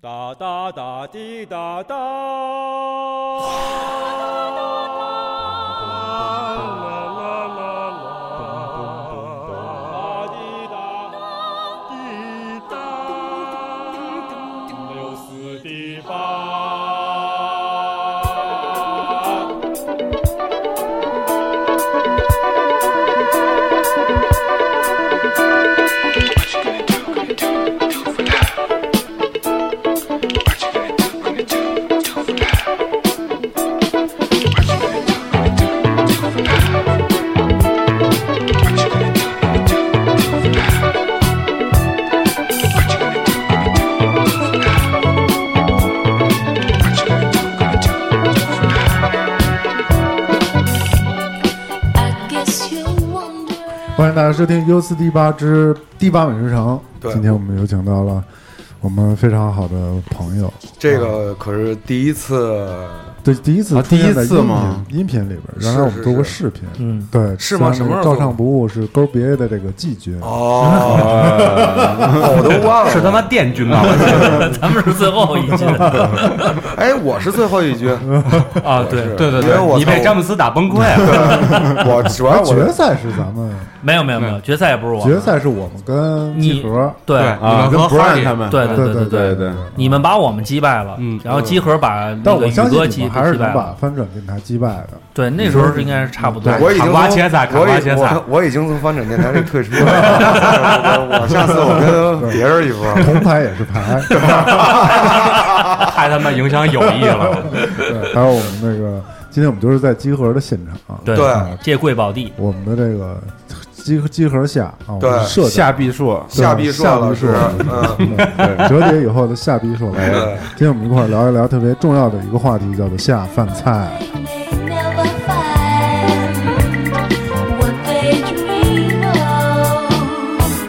哒哒哒滴哒哒。哒滴哒滴哒，六四的八。 What you gonna do, gonna do, do for love? What you gonna do, gonna do, do for love? What you gonna do, gonna do, do for love? What you gonna do, gonna do, do for love? What you gonna do, gonna do, do for love? What you gonna do, gonna do, do for love? I guess you wonder. 欢迎大家收听 U 四 D 八之第八美食城。对今天我们有请到了我们非常好的朋友，这个可是第一次，对，第一次啊出现在第一次吗音频音频里边，原来是我们做过是视频，嗯对，是虽吗然什么时候照做唱不误是勾别的这个季军，哦，我都忘了，是他妈殿军啊！咱们是最后一句哎，我是最后一局，啊，对是对对因为我对，你被詹姆斯打崩溃了。我主要哦我决赛是咱 们 没有没有没有，决赛也不是我。决赛是我们跟集你合，对啊你们跟和不哈让利他们，对对对对对对对你们把我们击败了，嗯然后集合把那但个我宇相哥信你击们还是击能败把了。翻转电台击败的。 对，那时候是应该是差不多。我已经卡从瓜切萨卡我瓜已切我 萨我已经从翻转电台里退出了。我我下次我跟别人一波。铜牌也是牌，太他妈影响友谊了。对，还有我们那个，今天我们就是在集合的现场，对对借贵宝地，我们的这个集合集合下啊，我们对设计下必硕，对夏碧硕夏老碧师硕，啊嗯，折叠以后的下逼说来对，今天我们一块儿聊一聊特别重要的一个话题，叫做下饭菜。 They may never find what they dream of.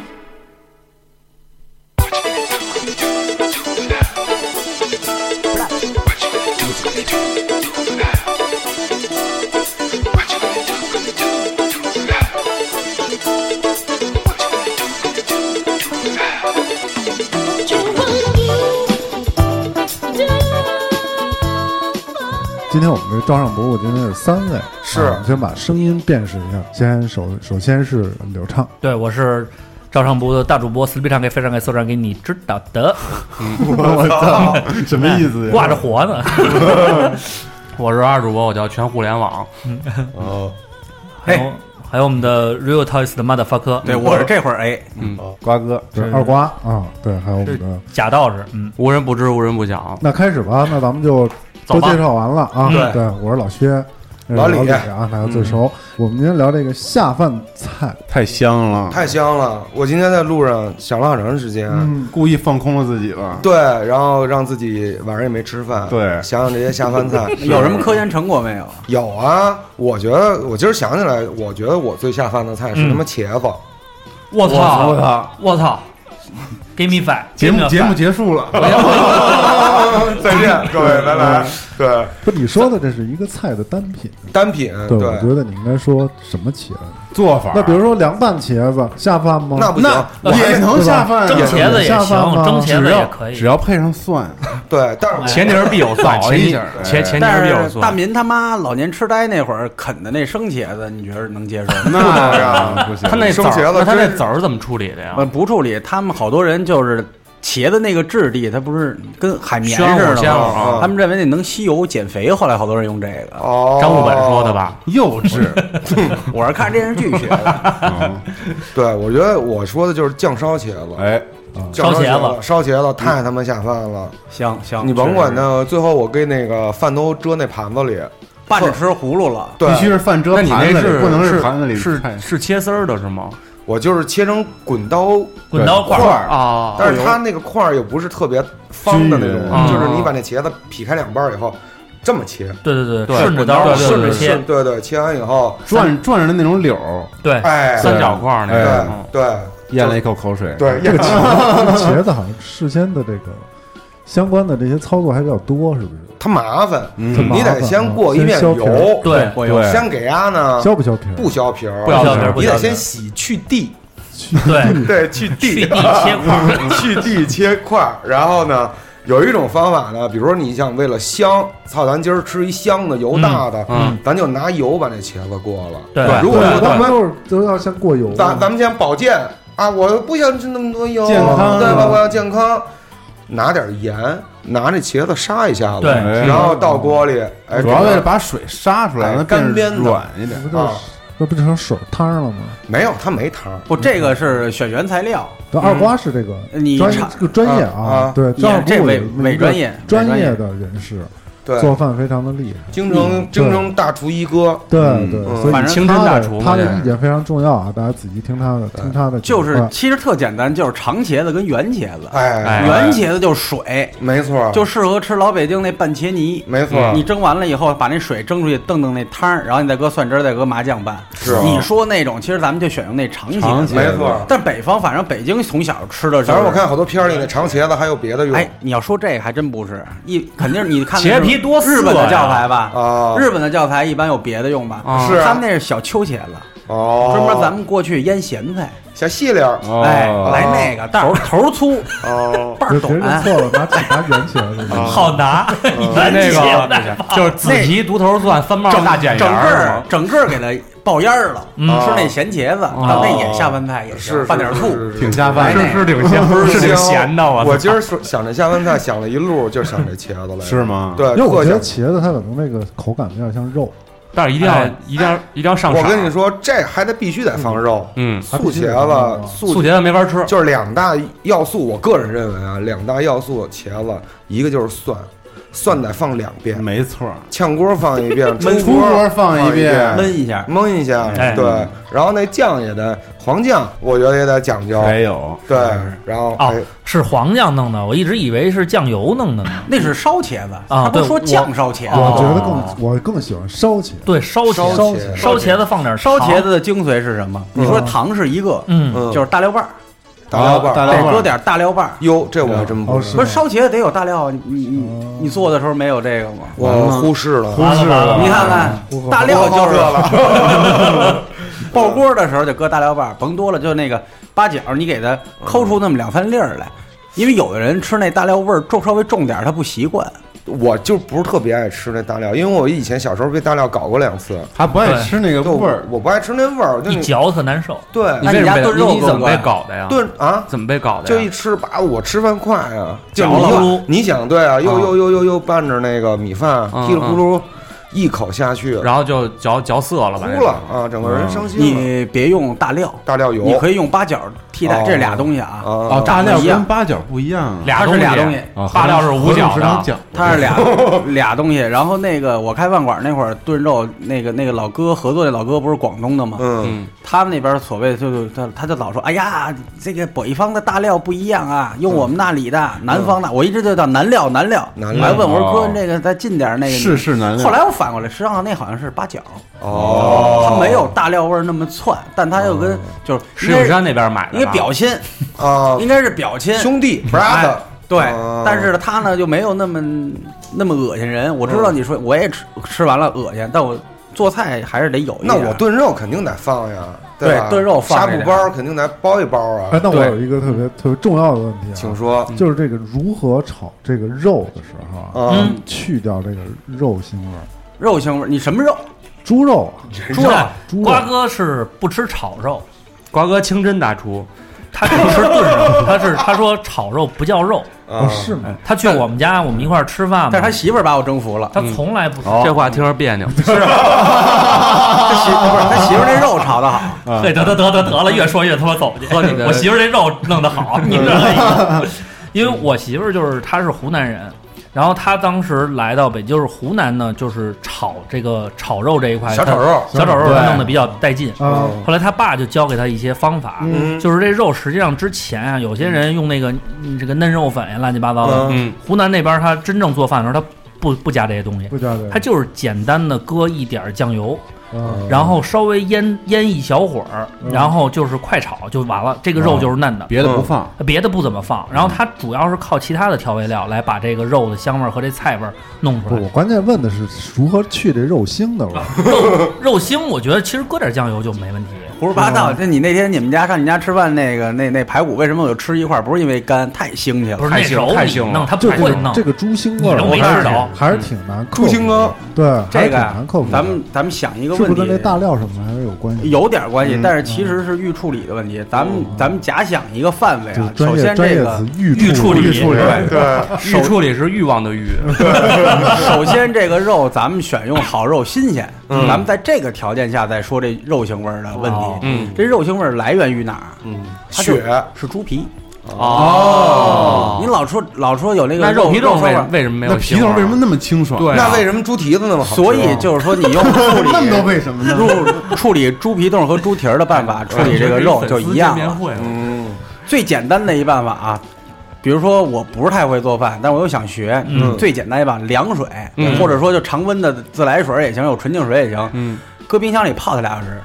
What you gonna do? 今天我们这照上不误，今天是三位，是啊我们先把声音辨识一下，先首首先是刘 畅，对我是照常播的大主播，死皮常给非常给所长给你知道的，我操， 什么意 思挂着活呢。我是二主播，我叫全互联网。哦，还有还有我们的 Real Toys 的 motherfucker，对，我是这会儿 A，嗯，瓜哥，对，二瓜啊，对，还有我们的，假道士，嗯，无人不知，无人不晓。那开始吧，那咱们就都走吧介绍完了啊。对对，我是老薛，这是老李嗯李啊，大家最熟。我们今天聊这个下饭菜，太香了，太香了！我今天在路上想了好长时间，啊嗯，故意放空了自己了。对，然后让自己晚上也没吃饭，对想想这些下饭菜有什么科研成果没有？有啊，我觉得我今儿想起来，我觉得我最下饭的菜是他妈茄子，我操我操！我操，Give me five，节 give me 目 a 节目 five 结束了， 再见各位，拜拜。对，不，你说的这是一个菜的单品，单品对，我嗯对，啊觉得你应该说什么茄子？做法那比如说凉拌茄子下饭吗？那不行，我还也是能下饭啊，蒸茄子也下行饭吗，蒸茄子只也要可以只。要配上蒜，对，但是前提是必有 蒜，早前一提点儿前前提但是必有是大蒜。民他妈老年痴呆那会儿啃的那生茄子，你觉得能接受 吗？ 那不行。他那籽生茄儿，子那他那真籽儿怎么处理的呀？呃，不处理，他们好多人就是茄子那个质地，它不是跟海绵宣似乎的呃宣乎吗？啊！他们认为那能吸油减肥，后来好多人用这个。哦，张悟本说的？吧？哦幼稚，我是看电视剧学 的， 嗯哦对，我觉得我说的就是酱烧茄子，哎，酱烧茄茄子，烧茄子太他妈下饭了。香香。你甭管那最后我给那个饭都遮那盘子里，拌着吃葫芦了，对必，须是饭遮那盘你子那里，是不能是盘子里是菜是切丝儿的是吗？我就是切成滚刀滚刀块块儿儿，啊但是它那个块儿又不是特别方的那均匀种，啊就是你把那茄子劈开两半儿以后这么切，对对对顺着滚刀刀儿对顺着对切是，对对，切完以后，转转着的那种柳儿，对，哎，三角块儿那对个哎。嗯对咽了一口口水。对，这个茄这个茄子好像事先的这个相关的这些操作还比较多，是不是？它麻烦，它麻嗯你烦得先啊过一先遍削皮儿油，对我有对，先给它呢削不削皮儿？不削皮儿，不削皮儿不你削得皮儿先洗去蒂，对， 对，去蒂去地，切块儿，去蒂切块儿，然后呢，有一种方法呢，比如说你想为了香，操，咱今儿吃一香的油大的，嗯咱就拿油把那茄子过了。对如果说他啊咱们们都是都要先过油，啊咱咱们先保健啊，我不想吃那么多油，健康对是吧吧？我要健康，拿点盐，拿那茄子杀一下子，对哎然后倒锅里，哎，主要为了把水杀出来，哎让它变干煸的软一点这。不就是啊这不成手汤了吗？没有它没汤儿，不，这个是选原材料，这二瓜是这个你专查这个专业嗯啊啊对，你正好这不伪有伪专业专伪专业业的人士对，做饭非常的厉害。京嗯城京城大厨一哥，对嗯对，嗯所以反正清真他大的厨嘛他的这意见非常重要啊，大家仔细听他的，听他的就解是说其实特简单，就是长茄子跟圆茄子，哎，哎圆茄子就是水，没错儿，就适合吃老北京那拌茄泥。没错儿你，蒸完了以后，把那水蒸出去，瞪瞪那汤儿，然后你再搁蒜汁儿，再搁麻酱拌。是啊你说那种，其实咱们就选用那长茄长子。茄没错儿。但北方，反正北京从小吃的，反正我看，好多片儿里那长茄子还有别的用，哎，你要说这个还真不是，一肯定是你看那茄皮是多日色本的呀教材吧？啊日本的教材一般有别的用吧？啊是啊他们那是小秋茄子，哦，专门咱们过去腌咸菜，小细粒儿，哦哎，来那个但是头头粗，哦，瓣就儿别短，认错了，拿拿圆茄子。好拿， 来嗯那个啊就是紫皮独头蒜三帽整大卷整个帘儿儿嘛，整个儿给它爆烟儿了，啊吃那咸茄子，但那也下饭菜也行，是放点醋，挺 下饭是的，是挺不香，我今儿说想着下饭菜，想了一路，就想这茄子来，是？吗？对，因为我特觉得想。茄子它可能那个口感有点像肉，但是一定要哎一定要一定要上色。我跟你，说，这还得必须得放肉，嗯，还素必须得茄放子肉素素茄子没法吃，就是两大要素。我个人认为啊，两大要素茄子，一个就是蒜，蒜得放两遍，没错，炝锅放一 遍，焖出出锅放放一遍遍，焖一下。焖一下，哎对。然后那酱也得黄酱，我觉得也得讲究，哎还有对。然后哦哎，是黄酱弄的，我一直以为是酱油弄的呢。那是烧茄子，啊他不是对说我酱烧茄我哦子，觉得更我更喜欢烧茄子。对，烧烧茄茄子烧茄子放点烧茄糖，子的精髓是什么？你说糖是一个，嗯，嗯，就是大料瓣儿，大料瓣哦大儿，料得瓣搁儿点大料瓣儿。哟，这我还真嗯不哦知是道不是烧茄子得有大料啊，你你你你做的时候没有这个吗？我忽视了，不是了你看看，大料就是 爆锅的时候就搁大料瓣儿，甭多了，就那个八角，你给它抠出那么两三粒儿来。因为有的人吃那大料味儿重稍微重点儿，他不习惯。我就不是特别爱吃那大料，因为我以前小时候被大料搞过两次，还不爱吃那个就味儿，我不爱吃那味儿，嗯就一你嚼它难受。对你哎为什么你家炖被肉你怎么够被不够搞的呀？炖啊，怎么被搞的呀？就一吃吧，我吃饭快啊，就嚼你了又你想对啊，又啊又又又又拌着那个米饭，嗯叽里咕噜一口下去，然后就嚼嚼涩了哭吧？了啊，整个人伤心了。你别用大料，大料油，你可以用八角替代哦这俩东西啊，啊哦，大料不一样跟八角不一样啊，俩它东是西，俩东西，啊大料是五角合同食堂的，讲 它是俩俩东西。然后那个我开饭馆那会儿炖肉，那个那个老哥合作那老哥不是广东的吗？嗯，嗯，他们那边所谓就是他他就老说，哎呀，这个北方的大料不一样啊，用我们那里的南方的，我一直就叫南料南料。嗯南我还料问我说哦哥，那个再进点那个世事难料。后来我反过来，实际上那好像是八角，哦，它没有大料味儿那么窜，但它又跟就是石景山那边买的吧，应该表亲，啊，应该是表亲兄弟哎 brother，对哦，但是呢，他呢就没有那么那么恶心人。我知道你说我也吃吃完了恶心，但我做菜还是得有一那点儿我炖肉肯定得放呀，吧？对炖肉呷放这哺点包肯定得包一包哎啊，，那我对有一个特别特别重要的问题啊，请说就是这个如何炒这个肉的时候啊，啊，嗯去掉这个肉腥味儿。肉腥味儿，你什么肉？猪肉啊，猪肉猪肉瓜哥是不吃炒肉，瓜哥清真大厨，他只吃炖肉，他是他说炒肉不叫肉。啊哦是吗？他去我们家，我们一块儿吃饭嘛，但是他媳妇儿把我征服了。他从来不吃哦这话听着别扭。他媳不是他媳妇儿那肉炒的好，对，得得得得得了，越说越他妈走不去。喝你 的我媳妇儿这肉弄得好，你这， 因为我媳妇儿就是她是湖南人，然后她当时来到北，就是湖南呢，就是炒这个炒肉这一块，小炒肉她，小炒肉对她弄得比较带劲。啊，后来她爸就教给她一些方法，嗯就是这肉实际上之前啊，有些人用那个嗯这个嫩肉粉呀，乱七八糟的。嗯嗯，湖南那边他真正做饭的时候，他不不加这些东西，不加这个，他就是简单的搁一点儿酱油，啊嗯然后稍微腌腌一小会儿，嗯然后就是快炒就完了，这个肉就是嫩的，别嗯的不放，别的不怎么放。然后它主要是靠其他的调味料来把这个肉的香味儿和这菜味儿弄出不，来我。关键问的是如何去这肉腥的味儿。肉肉腥，我觉得其实搁点酱油就没问题。胡说八嗯道。那你那天你们家上你家吃饭那个那那排骨，为什么我就吃一块儿？不是因为干，太腥气了。不是太那腥时候太你腥了弄，他不就这会个弄这。个猪腥味儿，你都没还是吃着挺还是挺难嗯克服猪的。腥膏对，还啊这是挺个难克服的。咱们咱们想一个是问不是题跟，那大料什么还是有关系？有点关系，嗯但是其实是预处理的问题。咱们咱们假想一个范围就啊是，专首业先专这业个词预预处理处理，欲处理是欲望的欲， 首先，这个肉咱们选用好肉，新鲜。嗯咱们在这个条件下再说这肉腥味儿的问题。哦嗯这肉腥味儿来源于哪儿？嗯，它就血是猪皮。哦你老说老说有那个那肉肉皮肉为味儿，为什么没那有皮腥头味儿为什么那么清爽？对啊那为什么猪蹄子那么好吃啊？所以就是说你用处理 那么多为什么呢？入处理猪皮冻和猪蹄儿的办法处理这个肉 就一样见啊面了。会啊了嗯，最简单的一办法啊，比如说我不是太会做饭，但我又想学，嗯最简单一办法，凉水、嗯或者说就常温的自来水也行，有纯净水也行，嗯，搁冰箱里泡它俩小时，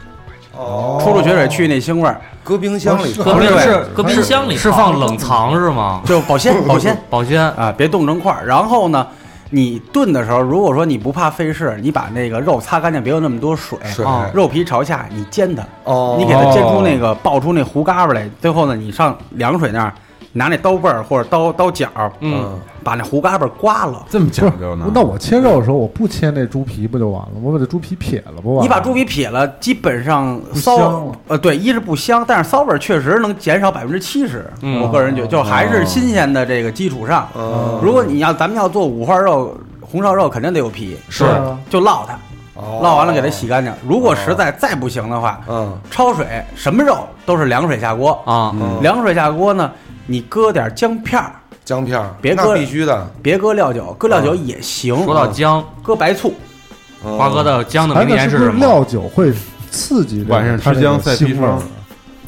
哦，出出血水去那腥味儿，搁冰箱里，搁不冰是是搁冰箱里是泡放冷藏是吗？就保 鲜保鲜保鲜啊，别冻成块儿。然后呢，你炖的时候，如果说你不怕费事，你把那个肉擦干净，别有那么多水，水哦肉皮朝下，你煎它，哦，你给它煎出那个爆出那糊嘎巴来。最后呢，你上凉水那儿拿那刀背儿或者刀刀角，嗯，把那糊嘎巴刮了。这么不是讲究呢？那我切肉的时候，我不切那猪皮不就完了？我把这猪皮撇了不完了？你把猪皮撇了，基本上香骚了呃，对，一是不香，但是骚味儿确实能减少百分之七十。嗯哦我个人觉得，就还是新鲜的这个基础上，哦如果你要咱们要做五花肉、红烧肉，肯定得有皮，是就烙它，哦烙完了给它洗，干净。如果实在再不行的话，嗯焯水什么肉都是凉水下锅。啊，嗯，凉水下锅呢，你搁点姜片儿，姜片儿，别那搁必须的，别搁料酒，搁料酒也行。啊说到姜，搁白醋，嗯瓜哥的姜的哎，名那言是是啊不什是么？料酒会刺激这个晚上它吃那个姜赛腥砒味儿霜？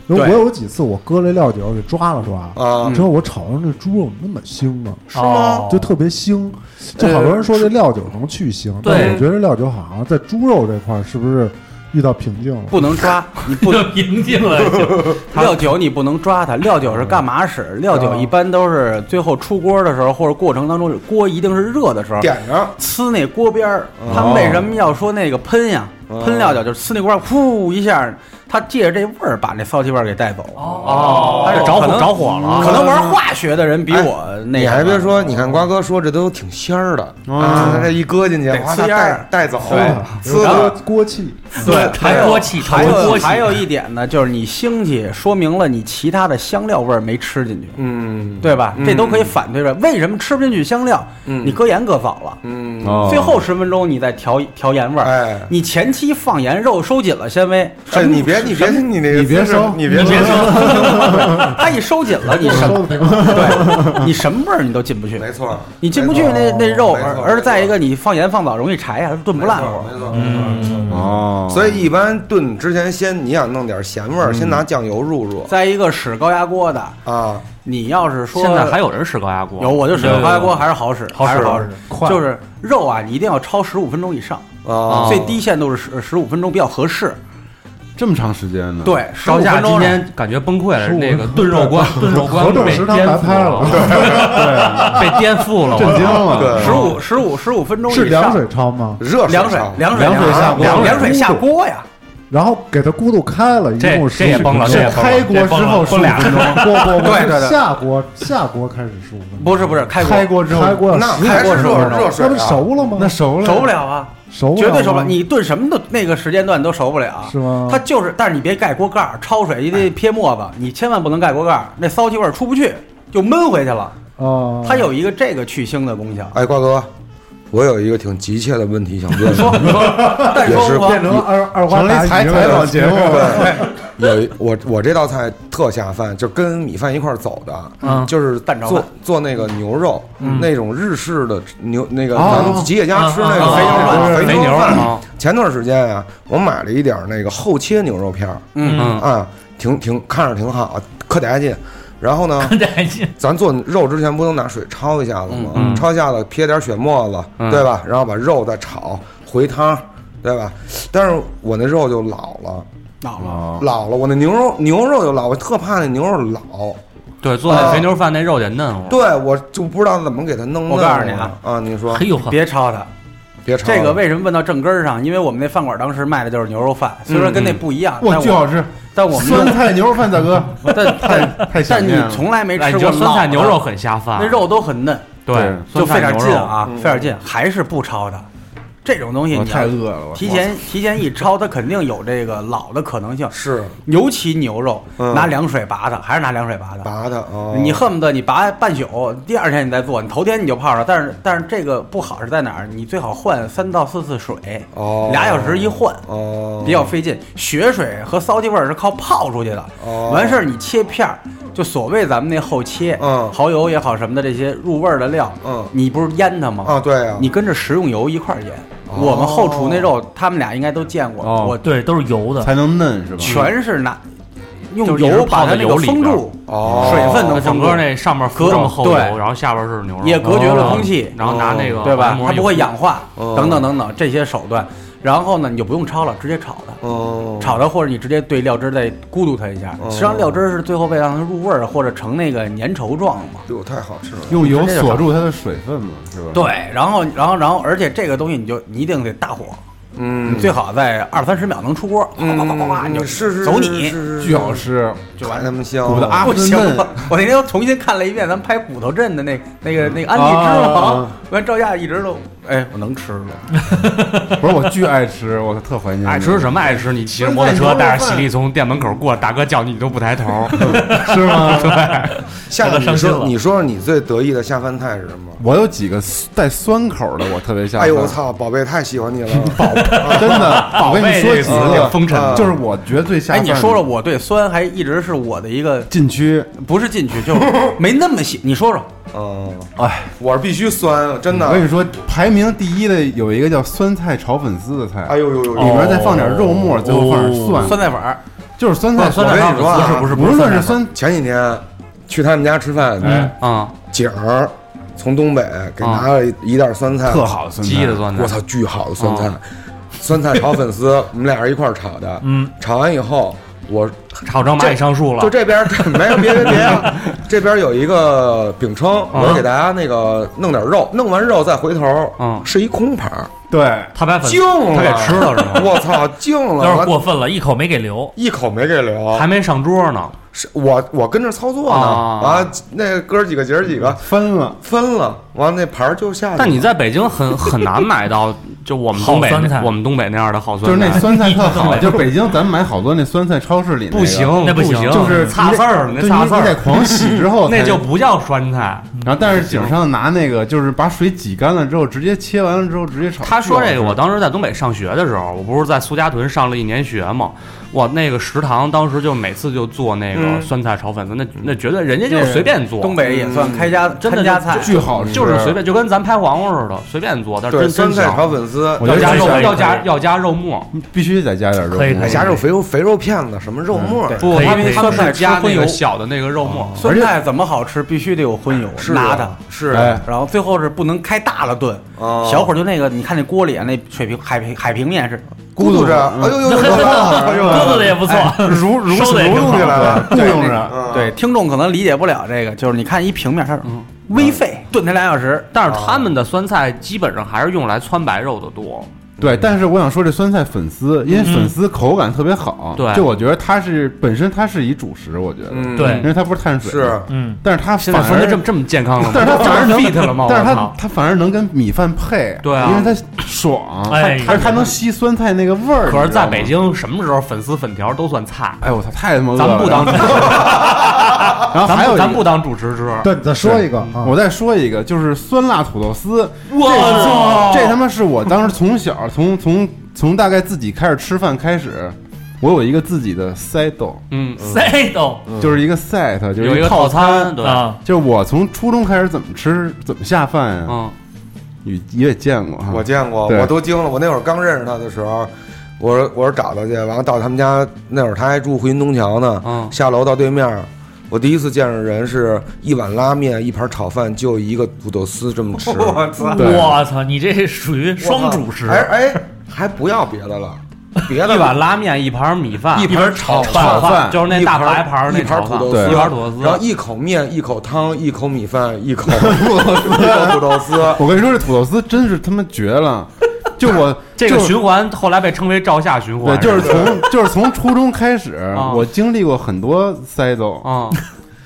因为我对有几次我搁了料酒给抓了抓，啊之后我炒上这猪肉那么腥呢，是吗就特别腥。就好多人说这料酒能去腥，对但我觉得料酒好像在猪肉这块儿是不是遇到瓶颈了？不能抓，你不能就平静了，就料酒你不能抓它，料酒是干嘛使？料酒一般都是最后出锅的时候，或者过程当中，锅一定是热的时候，点着，呲那锅边儿。他们为什么要说那个喷呀？哦喷料酒就是呲那锅边儿，呼一下，它借着这味儿把那骚气味儿给带走。哦它是着可火能着火了，可能玩化学的人比哎我那你个还别说，你看瓜哥说这都挺鲜儿的，啊，这一搁进去，得哇，它呲烟带儿带走，对呲锅然后的，锅气， 对，还有锅气还炒有锅气还有一点呢，就是你腥气，说明了你其他的香料味儿没吃进去。嗯，对吧？嗯这都可以反推出来。为什么吃不进去香料？嗯你搁盐搁早了，嗯，哦最后十分钟你再调调盐味儿。哎你前期放盐，肉收紧了纤维，哎，你别你别你那个你别姿势收你别收，它一收紧了，你什收么的瓶子对，你什么味儿你都进不去，没错，你进不去那那肉，没错没而错而再一个你放盐放早容易柴呀，炖不没烂啊错，乎。没错，没错。哦，嗯所以一般炖之前先你想弄点咸味儿，先拿酱油入入再一个使高压锅的，啊，你要是说现在还有人吃高压锅？有我就使高压锅还是好使，好使还是好好使快就是肉啊，你一定要超十五分钟以上，啊，最低限度是十十五分钟比较合适。这么长时间呢？，对，十五高分价今钟呢天感觉崩溃了， 15那个炖肉关， 炖肉关合众被食堂颠白覆拍了了， 被颠覆了，震惊了。十五十五十五分钟以是上凉水焯吗？热凉水啊炒凉凉水下下锅凉水下锅呀，然后给它咕嘟开了，一这共这也十崩了这也崩了开锅之后十这崩五了分钟，不不不，对对对是下锅下锅开始十五分钟，不是不是开开锅之后开锅要那15还是分钟热热水那啊不熟了吗？那熟了，熟不了啊，熟绝对熟熟不了。你炖什么都那个时间段都熟不了，啊是吗哎它就是，但是你别盖锅盖儿，焯水也得撇沫子，你千万不能盖锅盖儿，那骚气味儿出不去，就闷回去了。啊，它有一个这个去腥的功 效。哎，瓜哥，我有一个挺急切的问题想问，说你说，但说也是不说变成二二花成了大一采鱼采了访节目了。有一我我这道菜特下饭，就跟米饭一块儿走的，嗯就是蛋炒做饭做那个牛肉，那种日式的牛，那个哦咱们吉野家吃那啊啊啊个肥肥牛牛饭。啊，前段时间啊，我买了一点儿那个厚切牛肉片儿，嗯，嗯，啊，挺挺看着挺好，可得劲。然后呢，得劲，咱做肉之前不能拿水焯一下子吗？嗯嗯焯一下子撇点血沫子，嗯对吧？然后把肉再炒回汤，对吧？但是我那肉就老了，恼了。哦老了，我那牛肉牛肉就老，我特怕那牛肉老。对，做那肥牛饭那肉得嫩乎，对，我就不知道怎么给它弄嫩我了。告诉你啊啊，你说哎呦呵，别焯它，别吵了这个为什么问到正根儿上？因为我们那饭馆当时卖的就是牛肉饭，虽说跟嗯那不一样，哇，但巨我好吃！但我们酸菜牛肉饭，大哥，但太但太想但你念了。从来没哎，吃你过这酸菜老牛的肉很下饭，那肉都很嫩，对，就酸菜费点牛劲肉，啊，费点劲，还是不焯的。这种东西我你要太饿了，我提前提前一焯，它肯定有这个老的可能性。是尤其牛肉，嗯拿凉水拔的，还是拿凉水拔的。拔的哦，你恨不得你拔半宿，第二天你再做，你头天你就泡上。但是但是这个不好是在哪儿？你最好换三到四次水，哦俩小时一换，哦，比较费劲。血水和骚气味儿是靠泡出去的。哦完事儿你切片儿，就所谓咱们那后切，嗯蚝油也好什么的这些入味儿的料，嗯你不是腌它吗？啊，对啊，你跟着食用油一块儿腌。哦我们后厨那肉，他们俩应该都见过。哦我对，都是油的，才能嫩是吧？全是拿嗯就用是一直油泡把在它那油个里封边住，哦水分能它整封住个那上面隔浮这么厚对油，然后下边是牛肉，哦也隔绝了空气，然后拿那个对吧？薄膜它一不会糊氧化，嗯哦等等等等这些手段。然后呢，你就不用焯了，直接炒它，哦，炒它或者你直接兑料汁再咕嘟它一下。哦实际上料汁是最后为让它入味儿或者成那个粘稠状嘛。哟，太好吃了，用油锁住它的水分嘛，是吧？，对，然后然后然后，而且这个东西你就你一定得大火，嗯你最好在二三十秒能出锅，哗哗哗哗哗，嗯你就是是走是你。 是啊巨好吃。就完他们香，我的阿不行芬嫩了，我那天又重新看了一遍咱们拍骨头镇的那那个那个安利啊之啊王啊，完赵亚一直都，哎，我能吃了。不是我巨爱吃，我特怀念。爱吃什么爱吃？你骑着摩托车带着喜力从店门口过，大哥叫你你都不抬 头，是 吗？下面大哥你伤心说了你说说你最得意的下饭菜是什么？我有几个带酸口的，我特别下哎饭。呦我！操，宝贝太喜欢你了，真的，我跟你贝说这几个词挺个，风尘的就是我觉得最下哎，饭。你说说我对酸还一直是我的一个，禁区，不是进去就是没那么喜。你说说，嗯，哎，我是必须酸，真我跟的，你说，排名第一的有一个叫酸菜炒粉丝的菜，哎呦呦呦呦，里哦面再放点肉末，最后放点蒜，酸菜粉儿，就是酸哦菜。我跟你说啊，不是无论是酸，前几天去他们家吃饭，哎，啊，景儿从东北给拿了一袋酸菜，特好的酸菜，鸡的酸我菜，操，巨好的酸菜，酸菜炒粉丝，我们俩人一块儿炒的。嗯，炒完以后，我炒成蚂蚁上树了，就这边儿没有别别别啊，这边儿有一个饼铛，我给大家那个弄点肉，弄完肉再回头，嗯是一空盘儿，对，他把粉净了，啊他给吃了是吗？我操，净了，有点我过分了，一口没给 留。一口没给留还，没上桌呢，是我我跟着操作呢，啊啊，那哥儿几个姐儿几个翻了。分了，完了那盘儿就下去了。但你在北京很很难买到，就我们东北好酸菜我们东北那样的好酸就菜，是那酸 菜特好，就是北京咱们买好多那酸菜超市里那个不行，，那不不行就是擦你得刺儿，那对擦你刺你得嗯儿，狂洗之后 才，那就不叫酸菜。然后，但是井上拿那个，就是把水挤干了之后，直接切完了之后直接炒。他说这个，我当当时在东北上学的时候，我不是在苏家屯上了一年学嘛，我那个食堂当时就每次就做那个嗯酸菜炒粉丝，那那绝对人家就是随便做，东北也算开家真的看家菜，巨好嗯吃，就是随便，就跟咱拍黄瓜似的，随便做，但是对真酸真菜炒香。粉丝，我要觉得加这肉个可，以要加要加肉末，必须得加点肉。可以哎，加肉肥肉肥肉片子，什么肉末儿，对不，可以他可们以他们酸菜是加吃荤那个油小的那个肉末，酸菜怎么好吃？必须得有荤油，是拿啊的。是啊哎，然后最后是不能开大了炖，哦小火就那个，你看那锅里啊，那水平海平海平面是咕嘟着，哎 呦呦呦， 哎呦，鸽子的也不错，哎 如如收的也挺好起 来了，雇佣啊着。嗯对，听众可能理解不了这个，就是你看一平面，它是微沸炖它俩小时，嗯但啊是他们的酸菜基本上还是用来汆白肉的多。对，但是我想说这酸菜粉丝，因为粉丝口感特别好，嗯对就我觉得它是本身它是一主食，我觉得，嗯对因为它不是碳水，是，嗯，但是它现反在说的而这么这么健康了吗？但 是它反而能 fit 了吗？但我是它操它反而能跟米饭配，对啊因为它爽，哎而且它能吸酸菜那个味儿。可是在北你知京，什么时候粉丝粉条都算菜？道吗，哎我操，太他妈饿咱了，们不当主持， 然后咱还有不一咱个不当主持吃。对，你再说一个啊，我再说一个，就是酸辣土豆丝，我操！这他妈是我当时从小从从从大概自己开始吃饭开始，我有一个自己的 set，嗯，塞都就是一个 set，就是有一个套套餐，对，啊，就是我从初中开始怎么吃怎么下饭呀、嗯，你你也见过哈，我见过，对我都惊了。我那会儿刚认识他的时候，我说我说找他去，完了到他们家那会儿他还住回云东桥呢，嗯下楼到对面儿，我第一次见着人是一碗拉面，一盘炒饭，就一个土豆丝这 么吃，我操！对我操，你这是属于双主食，哎哎，还不要别的了，别的一碗拉面，一盘米饭，一盘炒炒饭，就是那大白盘盘那一盘炒土饭豆对丝，一盘土豆丝，然后一口面，一口汤，一 口米饭，一口一口土豆丝。 我跟你说，这土豆丝真是他妈绝了！就我这个就是循环后来被称为照下循对，环，就是从就是从初中开始啊，我经历过很多塞揍，啊，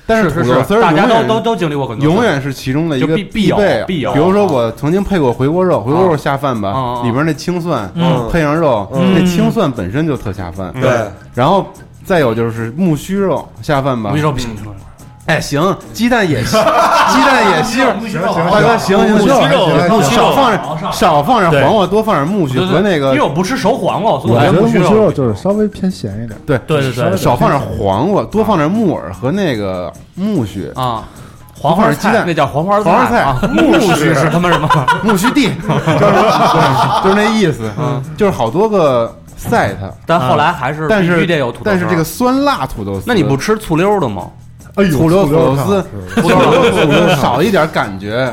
但是土豆丝儿大家永都远都都经历过很多次，永远是其中的一就个必必有备必有比如说我曾经配过回锅肉，回锅肉下饭啊吧啊，里边那青蒜嗯配上肉，嗯那青蒜本身就特下嗯饭。对，然后再有就是木须肉下饭吧我跟，你说不行，哎行，鸡蛋也鸡蛋也行，行行大哥行行木须行肉行木须肉少放往点上少放点对黄瓜，多放点木须对对和那个因为我不吃熟黄瓜，所以我我觉得不木吃须肉肉就是稍微偏咸一点，对对对对，少放点黄瓜，多放点木耳和那个苜蓿，啊，黄花花鸡蛋那叫黄花黄花菜菜啊，木蓿 是是他妈什 么？苜蓿地，就是就是那意思，就是好多个赛它，但后来还是嗯但必须是得有土豆丝儿，但是这个酸辣土豆丝，那你不吃醋溜的吗？哎呦醋溜土豆汤丝，醋溜土豆丝少一点感觉，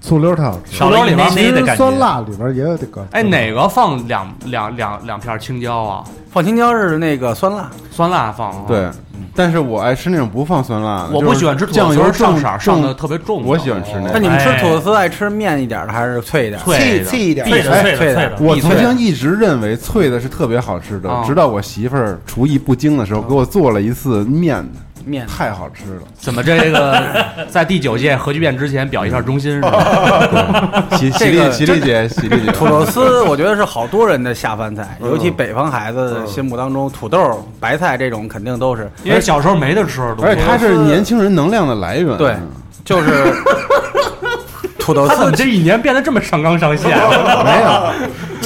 醋溜汤好吃。少了一那其那的实感酸觉。辣里边也有这个，嗯哎，哪个放两两两两片青椒啊？放青椒是那个酸辣，酸辣放啊对，，但是我爱吃那种不放酸辣的，我就不是喜欢吃土豆酱丝油儿上重色儿上的重，特别重的，我喜欢吃那那个。你们吃哎土豆丝爱吃面一点的还是脆一点？脆的脆一点脆的脆的脆的，我曾经一直认为脆的是特别好吃的啊，直到我媳妇儿厨艺不精的时候，给我做了一次面的，面太好吃了。怎么这 个在第九届核聚变之前表一下忠心是吧？ 喜喜这力个喜力姐，喜力姐，土豆丝，我觉得是好多人的下饭菜，嗯尤其北方孩子心目当中，土豆、白菜这种肯定都是，因为小时候没得吃的东而且西。它是年轻人能量的来源。啊对，就是嗯 土豆他怎么丝。这一年变得这么上纲上线？没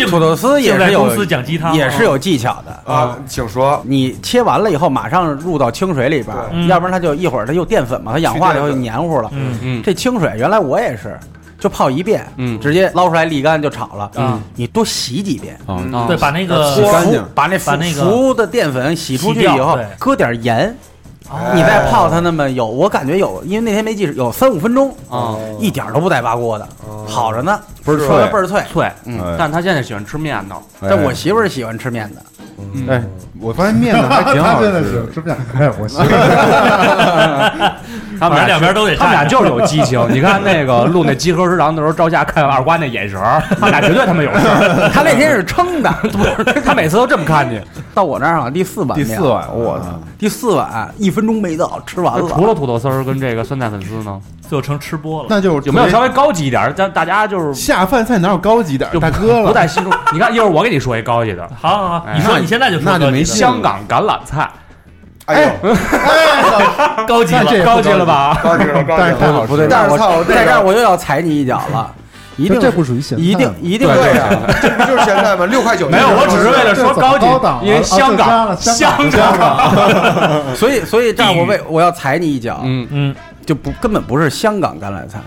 有，土豆丝也就在是有公司讲鸡汤也是有技巧嗯的。啊，请说，你切完了以后，马上入到清水里边儿，嗯要不然它就一会儿它又淀粉嘛，它氧化了以后去就淀黏糊了。嗯嗯这清水原来我也是，就泡一遍，嗯直接捞出来沥干就炒了。嗯你多洗几遍，哦，啊对，把那个洗干净浮把那浮把那个浮的淀粉洗出去以洗掉后对，哦搁点盐，你再泡它那么有，我感觉有，因为那天没记有三五分钟啊，一点都不带扒锅的，好着呢，倍儿脆说它倍儿脆。脆，嗯哎但他现在喜欢吃面呢。但我媳妇儿喜欢吃面 的，哎，我发现面的还 挺好真的吃是。吃不下。哎，我行，他反正们俩两边都得他们俩占就是有激情。你看那个录那集合食堂的时候，赵夏看二瓜那眼神儿，他们俩绝对他妈有事儿。她那天是撑的，他每次都这么看你，到我那儿好像第四碗第面，四碗，啊我操！第四碗一分钟没到，吃完那了。除了土豆丝儿跟这个酸菜粉丝呢，最后成吃播了。那就是有没有稍微高级一点儿？但大家就是下饭菜哪有高级点就儿？大哥了，不太吸收。你看，一会儿我给你说一高级的，好好好，哎你说你现在就说那高就级没的戏香港橄榄菜，哎呦，高级那这了，也哎高级了吧？高级了， 高级但是了，太好吃不对，了。但是操这个在这儿我又要踩你一脚了，一定这不属于咸菜，啊一定一定对是呀，这不啊就是咸菜吗？六块九一个，没有，我只是为了说高级这怎么高档，了因为香啊港，这加了香港，所以所以这样我为我要踩你一脚，嗯，嗯，就不根本不是香港橄榄菜，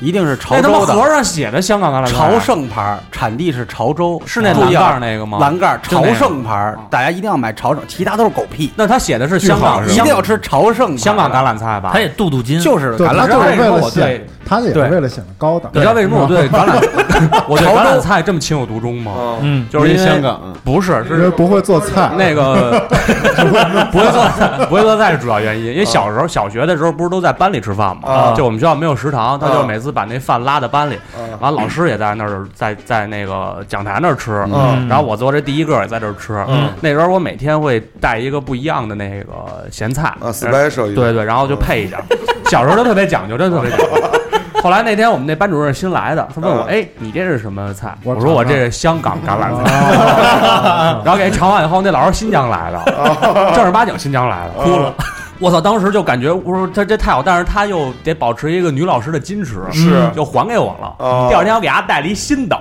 一定是潮哎那他妈州盒的上写的香港橄榄菜，朝圣牌儿，产地是潮州，是那注栏意杆啊儿那个吗？栏杆儿就那朝个圣牌儿啊，大家一定要买朝圣，其他都是狗屁，那他写的是香港，一定要吃朝圣牌儿的，香港橄榄菜吧？他也镀镀金，就是对，橄他榄就菜是为我了对显，他也是对为了显得高档你。知道为什么我对橄榄，我对潮州橄榄菜这么情有独钟吗？嗯，嗯，就是因因为为香港，啊不是因为是不会做菜，那个 不会做菜，不会做菜是主要原因。因为小时候小学的时候不是都在班里吃饭嘛，啊就我们学校没有食堂，他啊就每次把那饭拉到班里，啊完老师也在那儿在在那个讲台那儿吃，啊嗯然后我做这第一个也在这儿吃。嗯那时候我每天会带一个不一样的那个咸菜啊，special 一个对对，然后就配一点儿。小时候都特别讲究，真的特别讲究。 后来那天我们那班主任新来的，他问我：“嗯哎，你这是什么菜？”我我说：“尝哦我这尝是香港橄榄菜。” 然后给尝完以后，那老师新疆来的，正儿八经新疆来的，哭了。我操！当时就感觉，我说他这太好，但是他又得保持一个女老师的矜持，嗯是就还给我了。哦第二天我给他带了一新的，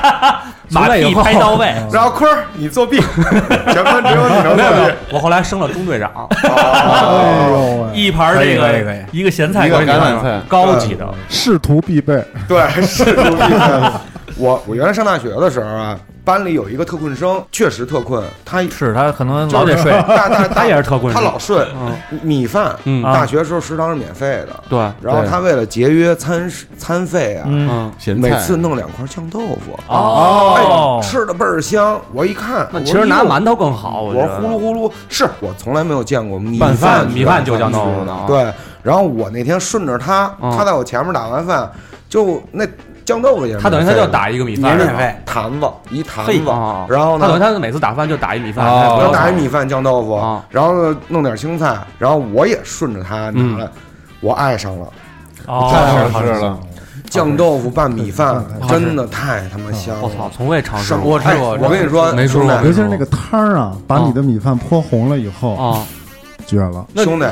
马从那以屁后拍到 位，然后坤儿，你作弊， 全班只有你能没有没作有弊。，哦我后来升了中队长，哎呦喂，一盘儿这可以可以个可一个嗯咸菜一高个级橄了，榄菜，高级的，仕途必备，对，是作弊的。我我原来上大学的时候啊，班里有一个特困生，确实特困，他是他可能就老是得睡，嗯 大大他也是特困他生老顺米饭。嗯啊大学时候食堂是免费的，对，然后他为了节约餐餐费啊，嗯，嗯，咸每菜。 次弄两块酱豆腐，哦哎，吃的倍儿香。我一看，那其实拿馒头，头更好，我觉说得呼噜呼噜，是我从来没有见过米拌饭米饭拌就叫豆腐吃呢啊对，然后我那天顺着他，嗯他在我前面打完饭，就那酱豆腐也是他等于他免费就的打一个米也饭，免费，坛子一坛嘿子，哦然后他等于呢，他每次打饭就打一米哦饭，啊，他也不要我打一钱米饭酱豆腐啊，然后呢弄点青菜，然后我也顺着他拿嗯了，我爱上了哦，太好吃啊了，酱豆腐拌米饭哦好，吃真的太他妈香我了。操，从未尝试上过哎我跟你说，没吃兄弟过尤其是那个汤儿啊，把你的米饭泼红了以后，啊。绝了！那兄弟，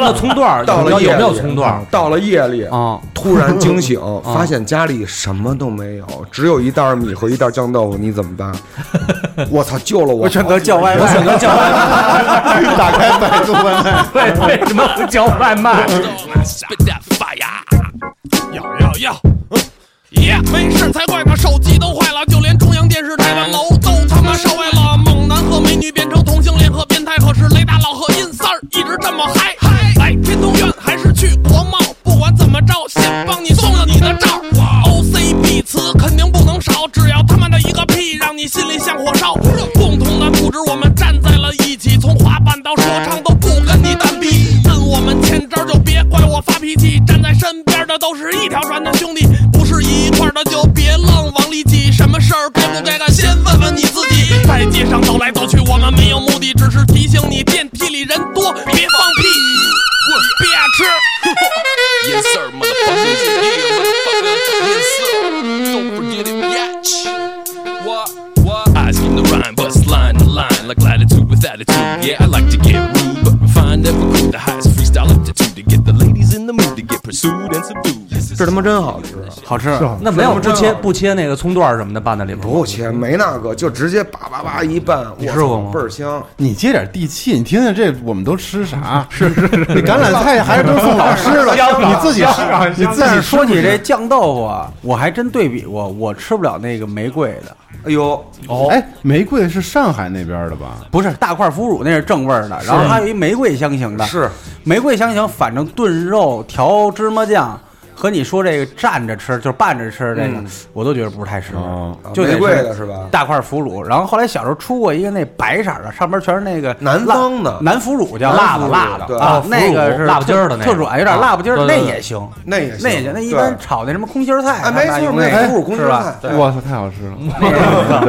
那葱段儿到了有没有有没有夜里葱段儿到了夜里，哦啊？突然惊 醒，发现家里什么都没有，只有一袋米和一袋酱豆腐，你怎么 办？我操，救了我！我选择叫外卖，我选择叫外卖，打开百度外卖。为为什么不叫外卖？ Spit that fire！要要要！耶、没事才怪吧，手机都坏了，就连中央电视台的楼都他妈烧歪了。猛男和美女变成同性恋和变态，可是雷大佬和阴三儿一直这么嗨。嗨，来天通苑还是去国贸，不管怎么着，先帮你送了你的照。OCB 词肯定不能少，只要他妈的一个屁，让你心里像火烧。共同的组织，我们站在了一起，从滑板到说唱都不跟你单逼。跟我们欠招就别怪我发脾气，站在身边的都是一条船的兄弟，不是一块儿的就别愣往里挤。什么事儿该不该干，先问问你自己。在街上走来走去，我们没有目的，只是提醒你电梯里人多，别放屁。别吃。yes sir, motherfuckers. Yeah, motherfuckers. Yes sir. Don't forget it, bitch. What? What? I skim the rhyme, but line to line like latitude with attitude. Yeah, I like to get rude, but refined, never cool. The highest freestyle aptitude to get the ladies in the mood to get pursued and subdued. 这他妈真好吃，好吃。啊是好那没有不切不切那个葱段儿什么的拌在里边儿吗。不切没那个，就直接叭叭叭一拌，我吃过操吗倍儿香。你接点地气，你听听这我们都吃啥？是是是，你橄榄菜还是都送老师了，你自己吃，你自但己是说起吃这酱豆腐啊，我还真对比过，我吃不了那个玫瑰的，哎呦，不吃，哎，玫瑰是上海那边的吧？不是大块腐乳，那是正味儿的。然后还有一玫瑰香型的，是玫瑰香型，反正炖肉调芝麻酱。和你说这个蘸着吃，就是拌着吃这个，嗯我都觉得不是太适合。哦就得玫瑰的是吧大块腐乳。然后后来小时候出过一个那白色儿的，上边全是那个南辣方的南腐乳叫南辣腐的乳辣的对啊啊，那腐个乳是辣不筋儿的那特个软，有点啊辣不筋儿，对那对对也行，那也那也行。那一般炒那什么空心儿菜，哎，没还错，用那个腐乳空心是哎吧？菜，哇塞，太好吃了！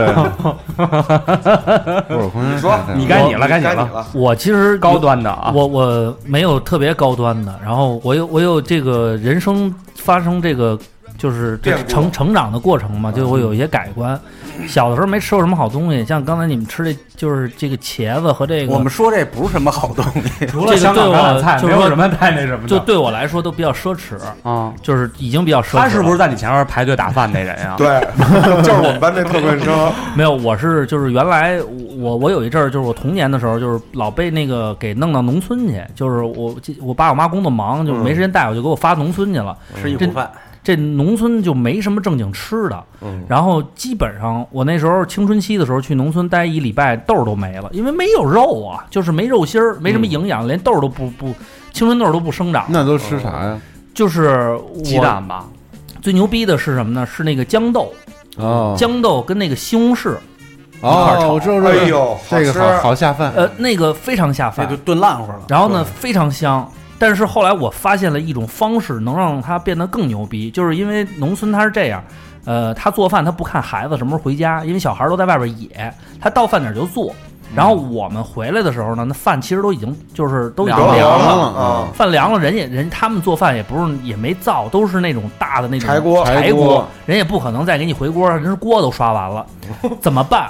对，不是空心说菜，你该你了，该该你了，了。 我其实高端的啊，我我没有特别高端的，然后我有我有这个人生发生这个就是这变故成成长的过程嘛，就我嗯有一些改观。小的时候没吃过什么好东西，像刚才你们吃的，就是这个茄子和这个，我们说这不是什么好东西，除这个对我就没是有说什么太那什么的就对我来说都比较奢侈，啊。就是已经比较奢侈了。他是不是在你前面排队打饭那人呀？对，就是我们班那特困 生，没有？我是就是原来我我有一阵儿就是我童年的时候，就是老被那个给弄到农村去，就是我我爸我妈工作忙，就没时间带我，就给我发农村去了。吃一口饭。这农村就没什么正经吃的，然后基本上我那时候青春期的时候去农村待一礼拜，豆儿都没了，因为没有肉啊，就是没肉心儿，没什么营养，连豆儿都不不青春豆儿都不生长。那都吃啥呀？就是鸡我蛋吧，最牛逼的是什么呢？是那个豇豆，哦，豇豆跟那个西红柿，哦，我知道，知道哎呦这好个吃好好下饭。呃，那个非常下那饭就，哎炖烂乎了。然后呢非常香。但是后来我发现了一种方式，能让它变得更牛逼，就是因为农村它是这样，呃，他做饭他不看孩子什么时候回家，因为小孩都在外边野，他到饭点就做。然后我们回来的时候呢，那饭其实都已经就是都已经凉了凉了，啊，饭凉了，人也人他们做饭也不是也没灶，都是那种大的那种柴锅柴柴锅锅，人也不可能再给你回锅，人家锅都刷完 了，怎么办？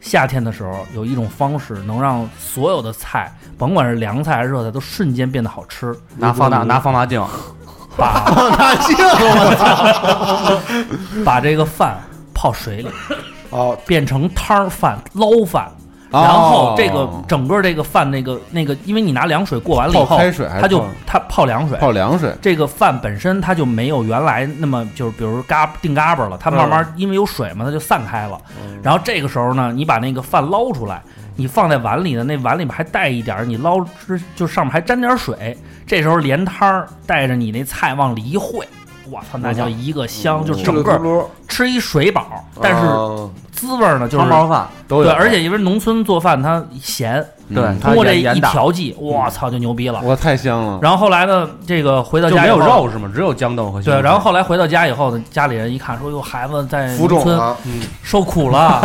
夏天的时候有一种方式能让所有的菜，甭管是凉菜还是热菜，都瞬间变得好 吃。拿放大拿放大镜，把大兴，我操！ 把这个饭泡水里，哦，变成汤儿饭、捞饭。哦然后这个整个这个饭那个那个，因为你拿凉水过完了以泡后开水还，是它就泡它泡凉水，泡凉水，这个饭本身它就没有原来那么就是，比如嘎定嘎巴了，它慢嗯慢因为有水嘛，它就散开了。然后这个时候呢，你把那个饭捞出来，你放在碗里呢，那碗里面还带一点儿，你捞之就上面还沾点儿水。这时候连汤儿带着你那菜往里一烩，我操，那嗯叫一个香，就整咕噜咕个噜吃一水饱，但是啊滋味儿呢就是汤包饭都对，有。而且因为农村做饭它咸，对，它通过这盐一盐打调剂，我操就牛逼了。我太香了。然后后来呢，这个回到就家没有以后，肉是吗？只有豇豆和西红对，柿然后后来回到家以后呢，家里人一看说，哟，孩子在浮农肿村了，受苦了，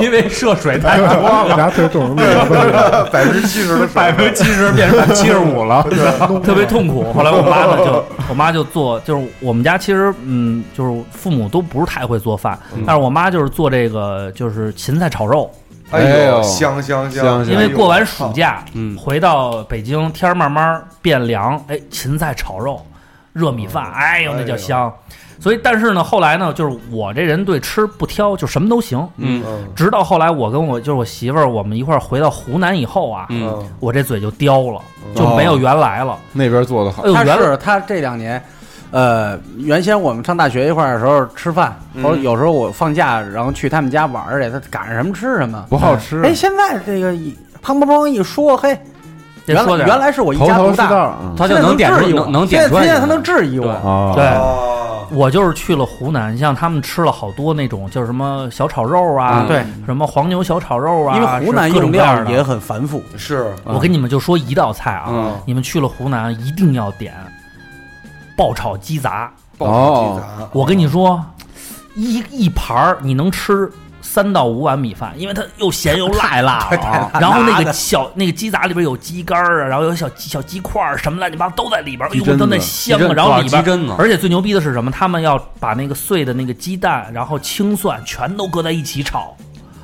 因为涉水 哎太俩腿肿了，百分之七十的百分之七十变成七十五了， 特别痛苦。后来我妈呢，就我妈就做，就是我们家其实嗯，就是父母都不是太会做饭，但是我妈就是做这个就是芹菜炒肉，哎哎呦呦，香香哎香因为过完暑假，嗯回到北京天儿慢慢变凉，哎，芹菜炒肉、热米饭，哎呦那叫香。所以，但是呢，后来呢，就是我这人对吃不挑，就什么都行。嗯嗯直到后来，我跟我就是我媳妇儿，我们一块儿回到湖南以后啊，嗯，嗯，我这嘴就刁了，就没有原来了。那边做的好哎，呦，他原来是他这两年，呃，原先我们上大学一块儿的时候吃饭，或者有时候我放假，然后去他们家玩儿去，他赶上什么吃什么。不好吃，哎，现在这个一砰砰砰一说，嘿，得原说来点儿原来是我一头家头独是大，道。嗯他就能点出现在能能质疑我点出来，现在他能质疑我。啊，对哦，我就是去了湖南，像他们吃了好多那种叫什么小炒肉啊，嗯对，什么黄牛小炒肉啊，因为湖南是各用种各料样的也。很繁复，嗯是我跟你们就说一道菜啊，嗯你们去了湖南一定要点爆炒鸡杂。哦爆炒鸡杂，我跟你说，一一盘儿你能吃。三到五碗米饭，因为它又咸又辣 辣的啊，然后那个小那个鸡杂里边有鸡肝儿啊，然后有小鸡小鸡块儿什么乱七八糟都在里边，哎鸡呦，我胗操那子香啊！然后里边鸡胗子，而且最牛逼的是什么？他们要把那个碎的那个鸡蛋，然后青蒜全都搁在一起炒，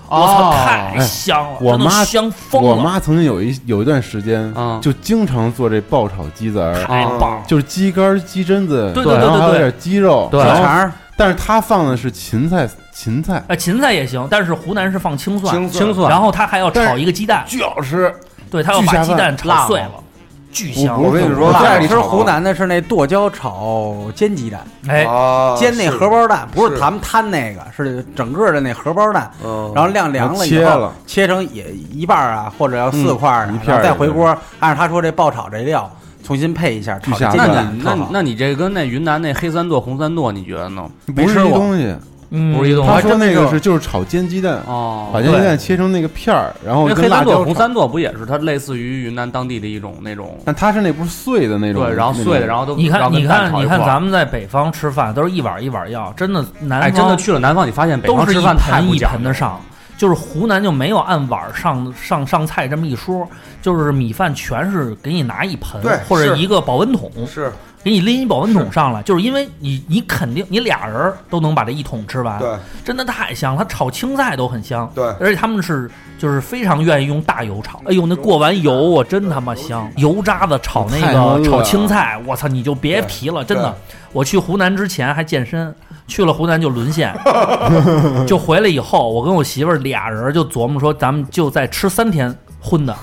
我操，太香了，哦哎我真的妈哦香疯了，我妈曾经有一有一段时间嗯，就经常做这爆炒鸡杂儿，太哎棒了，就是鸡肝儿、鸡胗子，啊对对对然后对还有对点鸡肉，对然小后肠儿但是她放的是芹菜，芹菜呃，芹菜也行，但是湖南是放青蒜，青青蒜，然后他还要但是炒一个鸡蛋，巨好吃，对他要巨下把饭鸡蛋辣炒碎吗了，巨香。我跟你说我在爱这里吃炒啊湖南的是那剁椒炒煎鸡蛋，哎，啊，煎那是荷包蛋，不是是咱们摊那个，是整个的那荷包蛋，嗯然后晾凉了以切后了切成也一半儿啊，或者要四块儿啊嗯一片然儿后也再回锅，按照他说这爆炒这料重新配一下炒巨下煎饭那鸡蛋你，特那好那你这跟那云南那黑三剁红三剁，你觉得呢？不是没吃一过东西。嗯不是一种她说那个是就是炒煎鸡蛋，哦把煎鸡蛋切成那个片儿，然因后为黑跟三辣剁、椒红炒。三剁不也是它类似于云南当地的一种那种但它是那不是碎的那种，对，然后碎的，然后后都你然看，后跟你蛋看，炒一你块看，儿咱们在北方吃饭都是一碗一碗要，真的南哎，方真的去了南方，你发现北都方是吃一饭太盆不一讲盆究的。上，就是湖南就没有按碗上上上菜这么一说，就是米饭全是给你拿一盆对或者是一个保温桶，是，给你拎一保温桶上来，就是因为你你肯定你俩人儿都能把这一桶吃完，对真的太香了。它炒青菜都很香，对而且他们是就是非常愿意用大油炒。哎呦，那过完油我真他妈香，油渣子炒那太嫩个了炒青菜，我操，你就别提了，真的对。我去湖南之前还健身，去了湖南就 沦陷，就回来以后，我跟我媳妇儿俩人就琢磨说，咱们就再吃三天荤 的，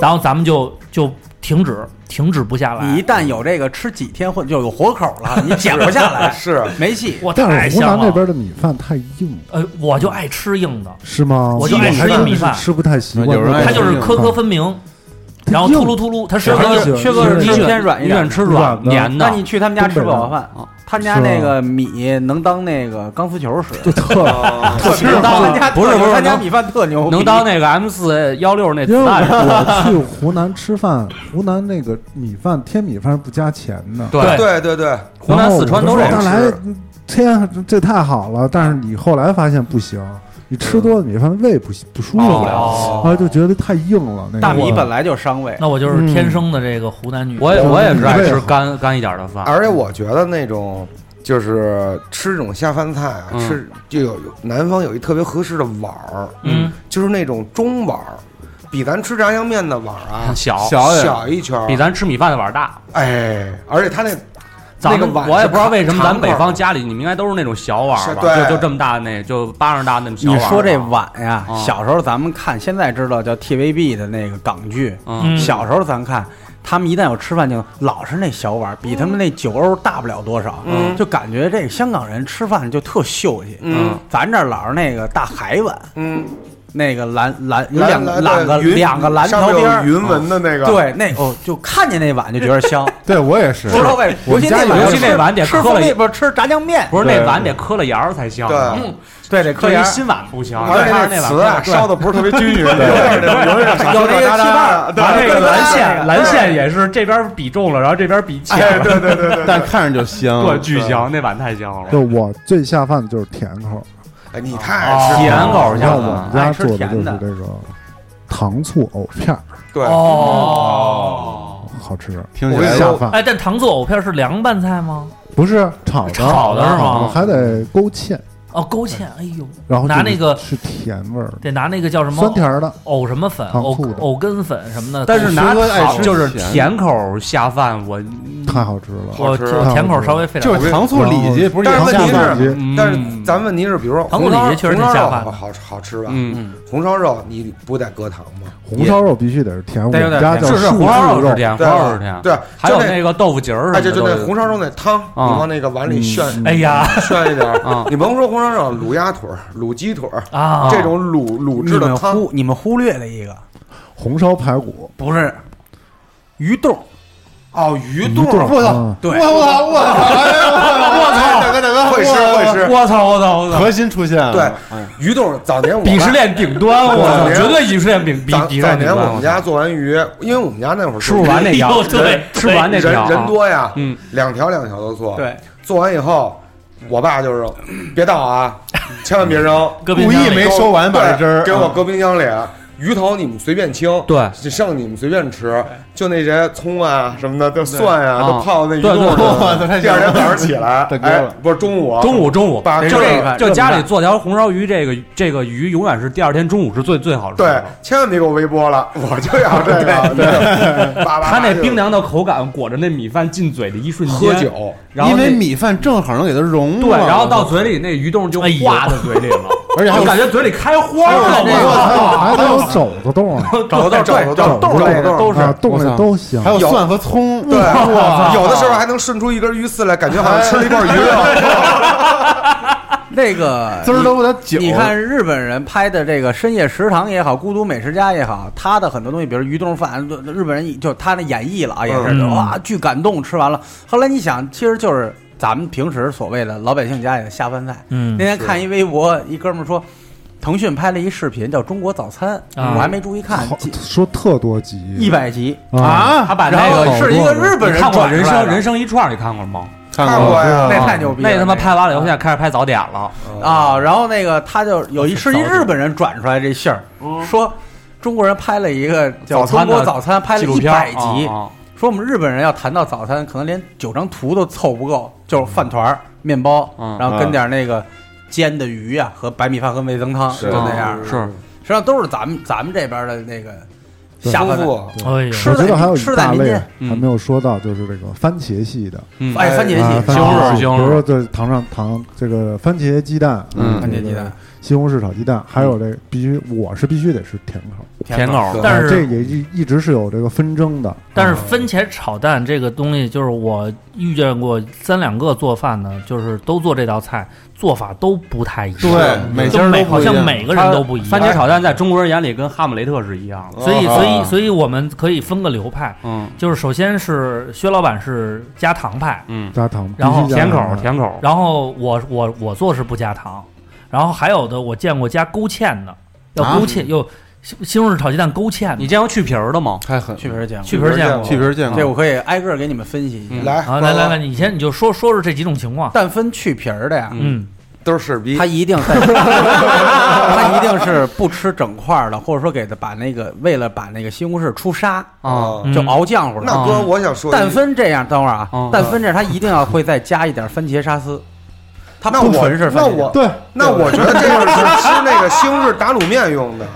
然后咱们就就停止，停止不下来。你一旦有这个吃几天混就有活口了，你减不下来是没戏。我太但是湖香南了。那边的米饭太硬，呃，我就爱吃硬的，是吗？我就爱吃还真硬米是饭吃嗯不太习惯。有人爱它就吃 是硬颗颗分明，然后硬秃噜秃噜，它是对很它硬是缺哥是是是偏软一你点愿的，吃软软的黏那的，你去他们家吃不饱饭啊，他们家是吧那个米能当那个钢丝球使，就 特啊特吗能当他家特不是不是他家能米饭特牛逼，能当那个 M 四幺六哎那因为子我弹，我去湖南吃饭，湖南那个米饭添米饭是不加钱的，对，对对对，湖南四川都这这样。样来吃，天，这太好了！但是你后来发现不行，你吃多了米饭胃不不舒服哦啊，就觉得太硬了。那个大米本来就伤胃，那我就是天生的这个湖南女。嗯我也我也是爱啊吃干干一点的饭，而且我觉得那种就是吃这种下饭菜啊，嗯吃就有有南方有一特别合适的碗儿，嗯，就是那种中碗儿，比咱吃炸酱面的碗儿啊嗯小小点儿小一圈儿，比咱吃米饭的碗大。哎，而且它那咱那个们碗我也不知道为什么咱们北是方家里你们应该都是那种小碗儿是吧，对就就这么大那就巴掌大那么小你碗儿吧。说这碗呀啊，小时候咱们看，现在知道叫 TVB 的那个港剧，啊嗯，小时候咱看。他们一旦有吃饭，就老是那小碗，比他们那九欧大不了多少，嗯就感觉这个香港人吃饭就特秀气。嗯咱这儿老是那个大海碗，嗯那个蓝蓝有蓝两个蓝两个对云两个蓝上条面有边儿云纹的那个，对，那哦，就看见那碗就觉 得香，对我也是不，知道为什么。我尤们其家那有碗，尤其那碗得吃磕蜂了蜜，不是吃炸酱面，不是那碗得磕了牙儿才香，对嗯对，得磕嗑一牙，新碗不香，而且它是那那瓷碗磕啊了烧的不是特别均 匀，有对点这有点有那个气泡，对完那个蓝对线，蓝线也是这边比重了，然后这边比切了，对对对对。但看着就香。对，巨香，那碗太香了。就我最下饭的就是甜口，哎，你太爱吃甜了口你香看啊我们家爱吃做的甜就是的这个糖醋藕片儿，对，哦，好吃，听起我也来有下饭哎，但糖醋藕片是凉拌菜吗？不是炒的，炒的是吗还得勾芡，哦，勾芡，哎呦，然后拿就是那个是甜味儿的，得拿那个叫什么酸甜儿的，藕什么粉，糖藕醋的藕根粉什么的。但是拿我觉得爱糖吃就是甜的甜口下饭，我太好吃了。我好吃我哦甜啊口稍微费点就儿。是糖醋里脊，不是但是有问题下是饭里脊，但是咱问题是，比如说糖红醋烧里脊确实红烧挺下肉饭的好好吃吧？嗯，嗯，红烧肉你不得搁糖吗？红烧肉必须得是甜，我得有们点家叫甜是是素红烧制肉是肉，甜，红对烧肉是甜，对，还就有那那个豆腐结儿哎，什就就么的那都有红烧肉那汤，你往那个碗里炫哎呀 炫一点儿啊。你甭说红烧肉，卤鸭腿儿、卤鸡腿儿啊，这种卤卤你制的们汤，忽你们忽略了一个，红烧排骨，不是鱼冻，哦，鱼鱼冻儿，我操，对，我操我操！我操！大哥大哥，会吃会吃。我操我操我操！核心出现了。对，鱼冻儿早年我啊鄙妈视链顶端，我早操，年绝对鄙视链顶比早鄙视早链顶年端。我们家做完鱼，因为我们家那会儿吃不完那哎条呦，对吃不完那人条，人多呀，嗯，两条两条的做，对，做完以后，我爸就是 别倒啊，千万别 扔，搁冰故箱意里没收完把这汁儿啊嗯对给我搁冰箱里。鱼头你们随便清，对剩你们随便吃，就那些葱啊什么的，都蒜啊，啊都泡那鱼对肚对里。我操！太第香二天早了。上起来，大哥哎了，不是中午，中午中午，把得就这是个就家里做条红烧鱼，这个这个鱼永远是第二天中午是最最好吃对的。，千万别给我微波了，我就要这个，对，叭叭叭它那就冰凉的口感裹着那米饭进嘴的一瞬间，喝，酒，然后因那为米饭正好能给它融对，了然后到嘴里那鱼冻就哎呦化在嘴里了，而且还就有感觉嘴里开花了，还有我操！还得有肘子冻啊，找豆找豆豆豆豆都是冻我操的都香还。有蒜和葱，对，哇有的时候还能顺出一根鱼刺来，感觉好像吃了一块鱼肉。 那个滋儿都不得酒。你看日本人拍的这个《深夜食堂》也好，《孤独美食家》也好，他的很多东西，比如鱼冻饭，日本人就他那演绎了啊，也是嗯哇，巨感动，吃完了。后来你想，其实就是咱们平时所谓的老百姓家里的下饭菜。嗯那天看一微博，一哥们儿说，腾讯拍了一视频叫《中国早餐》，啊我还没注意看，好说特多集，一百集，嗯啊，他把那然后个是一个日本人你看过转人出来生的啊人生一串，你看过吗？看看过呀那太牛逼了，那他妈个拍完了以后，现在开始拍早点了。啊，然后那个他就有一是一日本人转出来这信儿，嗯说中国人拍了一个叫《早餐中的国早餐》，拍了纪录一片百儿集，啊啊说我们日本人要谈到早餐，可能连九张图都凑不够，就是饭团儿、面包嗯，然后跟点儿那个煎的鱼呀、和白米饭和味增汤，是就那样啊儿。是实际上都是咱们咱们这边的那个对下饭丰菜。富哎呦，我觉得还有吃一在大民类间嗯还没有说到，就是这个番茄系的，嗯哎，番茄啊系番茄系西红柿比如说对糖上糖这个番茄鸡蛋，嗯番茄鸡蛋、西红柿炒鸡蛋，还有这个必须我是必须得是甜口，甜口但啊这是也一一直是有这个纷争的，啊但是番茄炒蛋这个东西，就是我遇见过三两个做饭的，就是都做这道菜，做法都不太一样。对每家就人都每不好一像样每个人都不一样。番茄炒蛋在中国人眼里跟哈姆雷特是一样的。所以哦所以所以我们可以分个流派，嗯就是首先是薛老板是加糖派，嗯，加糖，然后必须加甜口糖啊儿甜口儿，然后我我我做是不加糖，然后还有的我见过加勾芡的，要勾芡又西西红柿炒鸡蛋勾芡的你，见过去皮儿的吗？太狠，去皮儿酱，去皮儿见过。去皮儿见这过。我可以挨个儿给你们分析一下。嗯来啊，来来来，，你先你就说说说这几种情况。但分去皮儿的呀，嗯嗯，都是屎逼他。一定在，他一定是不吃整块儿的，或者说给他把那个为了把那个西红柿出沙，哦啊，嗯就熬浆糊了。那哥，我想说一句，但分这样，等会儿嗯啊，但分这样他一定要会再加一点番茄沙司，他那不我纯是番那茄我对，那我觉得这个是吃那个西红柿打卤面用的。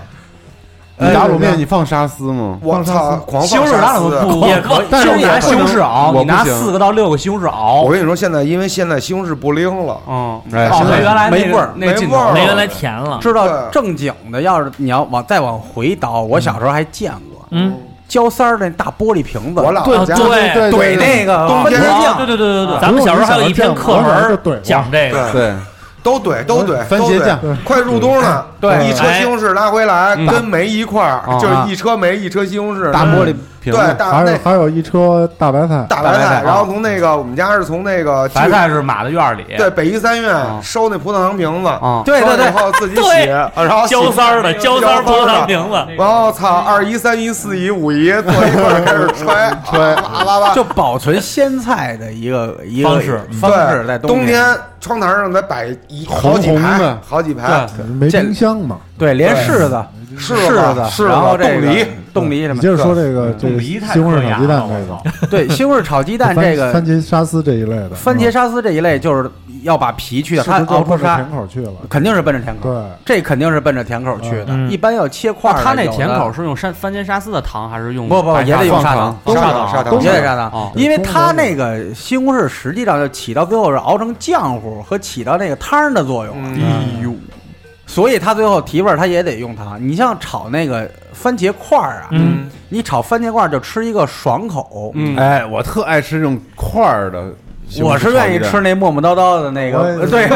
你打卤面你放沙司吗？哎我操，狂西放红柿沙打嗯 司。不也可以，但是就是拿西红柿我不熬，我不你拿行四个到六个西红柿我熬。跟你说，现在因为现在西红柿不灵了，嗯，哎哦，现在它原来那没个味儿那个没劲味儿头没原来甜了。知道对正经的，要是你要往再往回倒，我小时候还见过嗯，焦三儿那大玻璃瓶子，我老啊家对对怼那个番茄啊酱，对对对对对，啊咱们小时候还有一篇课我小时候就文怼过讲这个，对，都对，都对，番都茄对酱快入冬了，对一车西红柿拉回来哎嗯跟煤一块儿啊，嗯就是一车煤一车西红柿，大玻璃对瓶子，大还那有还有一车大白菜，大白白菜菜啊，然后从那个我们家是从那个去白菜是码在院里，对北医三啊院收那葡萄糖瓶子，啊，对收对完以对，后自己洗，对啊然后洗焦三儿的焦三儿葡萄糖的。瓶子，然后操，二姨、三姨、四姨、五姨坐一块儿开始 揣揣，哇哇哇！就保存鲜菜的一个一个方式方式，对在冬天天窗台上得摆一好几红红排的，好几排对，没冰箱嘛。对连对柿子、柿柿子、子，然后这冻个梨，冻梨什你么接，着说这个这冻个梨西太红柿可炒牙鸡蛋了这个，对西红柿炒鸡蛋番这个番茄沙司这一类的，嗯番茄沙沙司这一类，就是要把皮去掉，它熬出甜沙，口去了。肯定是奔着甜口，对，这肯定是奔着甜口去的，嗯一般要切块儿那的。它那有的甜口是用山番茄沙司的糖还是用不不白也得砂有糖砂糖哦砂糖砂糖也得砂糖哦，因为它那个西红柿实际上就起到最后是熬成浆糊和起到那个汤儿的作用了，嗯，哎呦，所以它最后提味儿它也得用糖。你像炒那个番茄块儿啊，嗯，你炒番茄块儿就吃一个爽口，嗯哎，我特爱吃这种块儿的西红我柿炒是鸡蛋，愿意吃那磨磨叨叨的那我个，也对，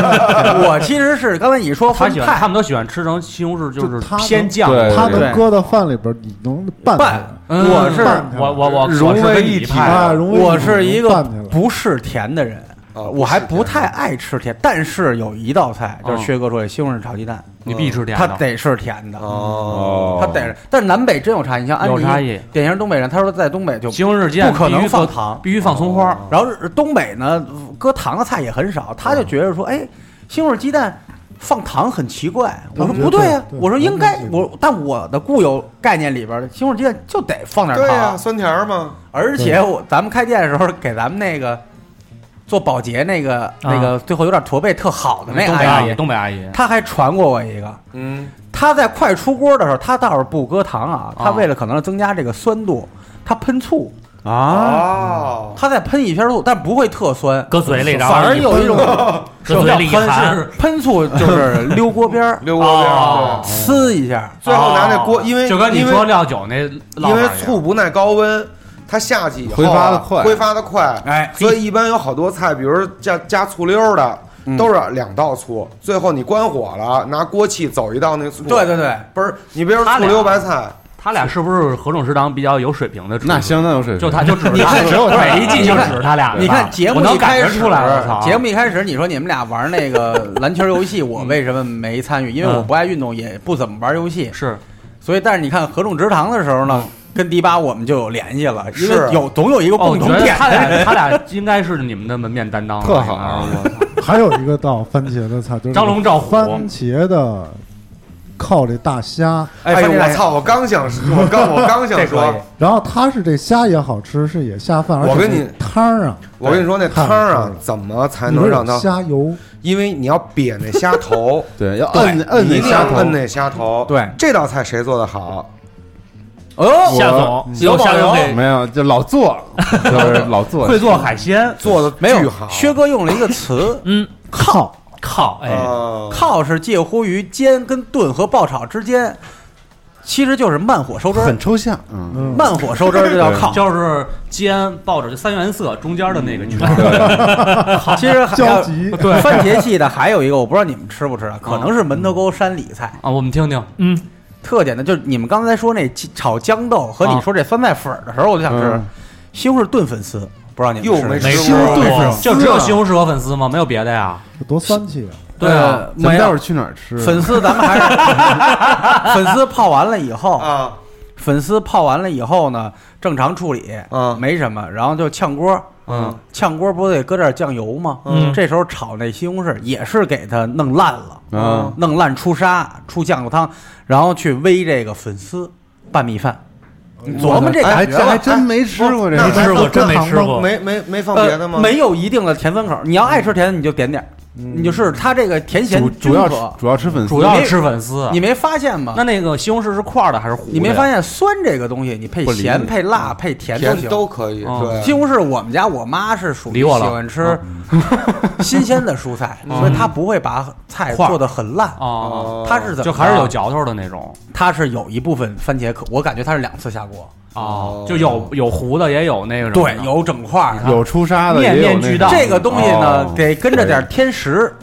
我其实是刚才你说他分喜欢他派，们都喜欢吃成西红柿，就就是它偏酱。对它对能搁到饭里边儿，你能拌拌它嗯我是拌它我我我融我是为跟一你体派的啊，容易我是一个拌起来不是甜的人。啊我还不太爱吃甜，但是有一道菜就是薛哥说的西红柿炒鸡蛋，你必吃甜它的。得是甜的，哦，哦，它得是。但是南北真有差异，你像安有迪差异典型东北人，他说在东北就西红柿鸡蛋不可能必须放搁哦糖必须放葱花儿。然后是东北呢，搁糖的菜也很少，他就觉得说，哎，西红柿鸡蛋放糖很奇怪。我他说们觉得不对呀、对对我说应该他，们觉得我但我的固有概念里边的西红柿鸡蛋就得放点对呀，啊糖，酸甜儿嘛，而且我咱们开店的时候给咱们那个做保洁那个、那个最后有点驼背特好的那啊东北阿阿姨，姨，东北阿姨，她还传过我一个。嗯，她在快出锅的时候，她倒是不搁糖啊，啊她为了可能增加这个酸度，她喷醋，啊，哦，，她再喷一片醋，但不会特酸，搁嘴里，然后反而有一种搁嘴里一含，喷醋就是 溜锅边儿溜锅边儿，哦对呲一下，最后拿那哦锅，因为就跟你因为说料酒那烙因为法一样醋不耐高温，它下去以后挥发的得快挥发的快，哎所以一般有好多菜，比如加加醋溜儿的，嗯都是两道醋，最后你关火了，拿锅气走一道那醋，对对，对，不是你别说他醋俩溜白菜，他俩是不是合众食堂比较有水平的厨师？那相当有水就平。他就指着他你看每一季就指着他俩了。你看节目我能一开感觉始出来我操，节目一开始你说你们俩玩 那个篮球游戏，嗯我为什么没参与？因为我不爱运动，也不怎么玩游戏，是嗯所以但是你看合众直堂的时候呢，跟迪巴我们就有联系了，因为是有总有一个哦，我共觉同得点。他俩他俩应该是你们的门面担当了，特好啊我操还有一个倒番茄的菜，就是张龙赵虎番茄的靠这大虾，哎呦番茄我操，我刚想说我刚我刚想这说可以，然后它是这虾也好吃，是也下饭，而且我跟你这汤儿啊，我跟你说那汤儿太好啊吃了，怎么才里能边让有它？虾油，因为你要瘪那虾 头，对，要摁摁你那一定虾要头，摁那虾头，对这道菜谁做的好？哦，夏总有下总游给，没有，就老做，就是老做，会做海鲜，做的没巨有好，，薛哥用了一个词嗯，靠靠，哎，啊，靠是介乎于煎跟炖和爆炒之间，其实就是慢火收汁儿很，抽象，嗯，嗯，慢火收汁儿就叫靠。就是煎抱着就三原色中间的那个圈儿，其实还焦有 急，对番茄系的还有一个，我不知道你们吃不吃啊，可能是门头沟山里菜，啊，我们听听，嗯，特点的就是你们刚才说那鸡炒豇豆和你说这酸菜粉儿的时候，我就想吃嗯西红柿炖粉丝，不知道你们又吃没没吃吃过，过，就只有西红柿和粉丝吗？没有别的呀？这多酸气啊！对啊，咱们待没会有儿去哪儿吃？啊粉丝，咱们还是粉丝泡完了以后，啊，粉丝泡完了以后呢，正常处理，嗯没什么，然后就炝锅。嗯，炝锅不得搁点酱油吗？嗯这时候炒那西红柿也是给它弄烂了，嗯弄烂出沙，出酱油汤，然后去煨这个粉丝拌米饭。嗯你琢磨这哎，感觉这还吧。真没吃过这那个。吃过真没吃过，没没没放别的呃，吗？嗯没有一定的甜酸口，你要爱吃甜的你就点点儿，你就试试它这个甜咸主均主要嗯吃可。主要吃粉丝，主要是吃粉啊丝。你没发现吗那？那个西红柿是块儿的还是糊的？你没发？现酸这个东西，你配不理咸、你配辣、配甜都甜嗯行。都可以，哦对，西红柿，我们家我妈是属于理喜我了欢吃 新鲜的蔬菜，所以她不会把菜块儿做的很烂。哦，她是怎么 就还是有着，嚼头的那种她是有一部分番茄可，我感觉她是两次下锅，哦，就有有糊的，也有那个什么的对，有整块儿。有出沙的，面也有面那俱个到这个东西呢啊哦，得跟着点儿天时，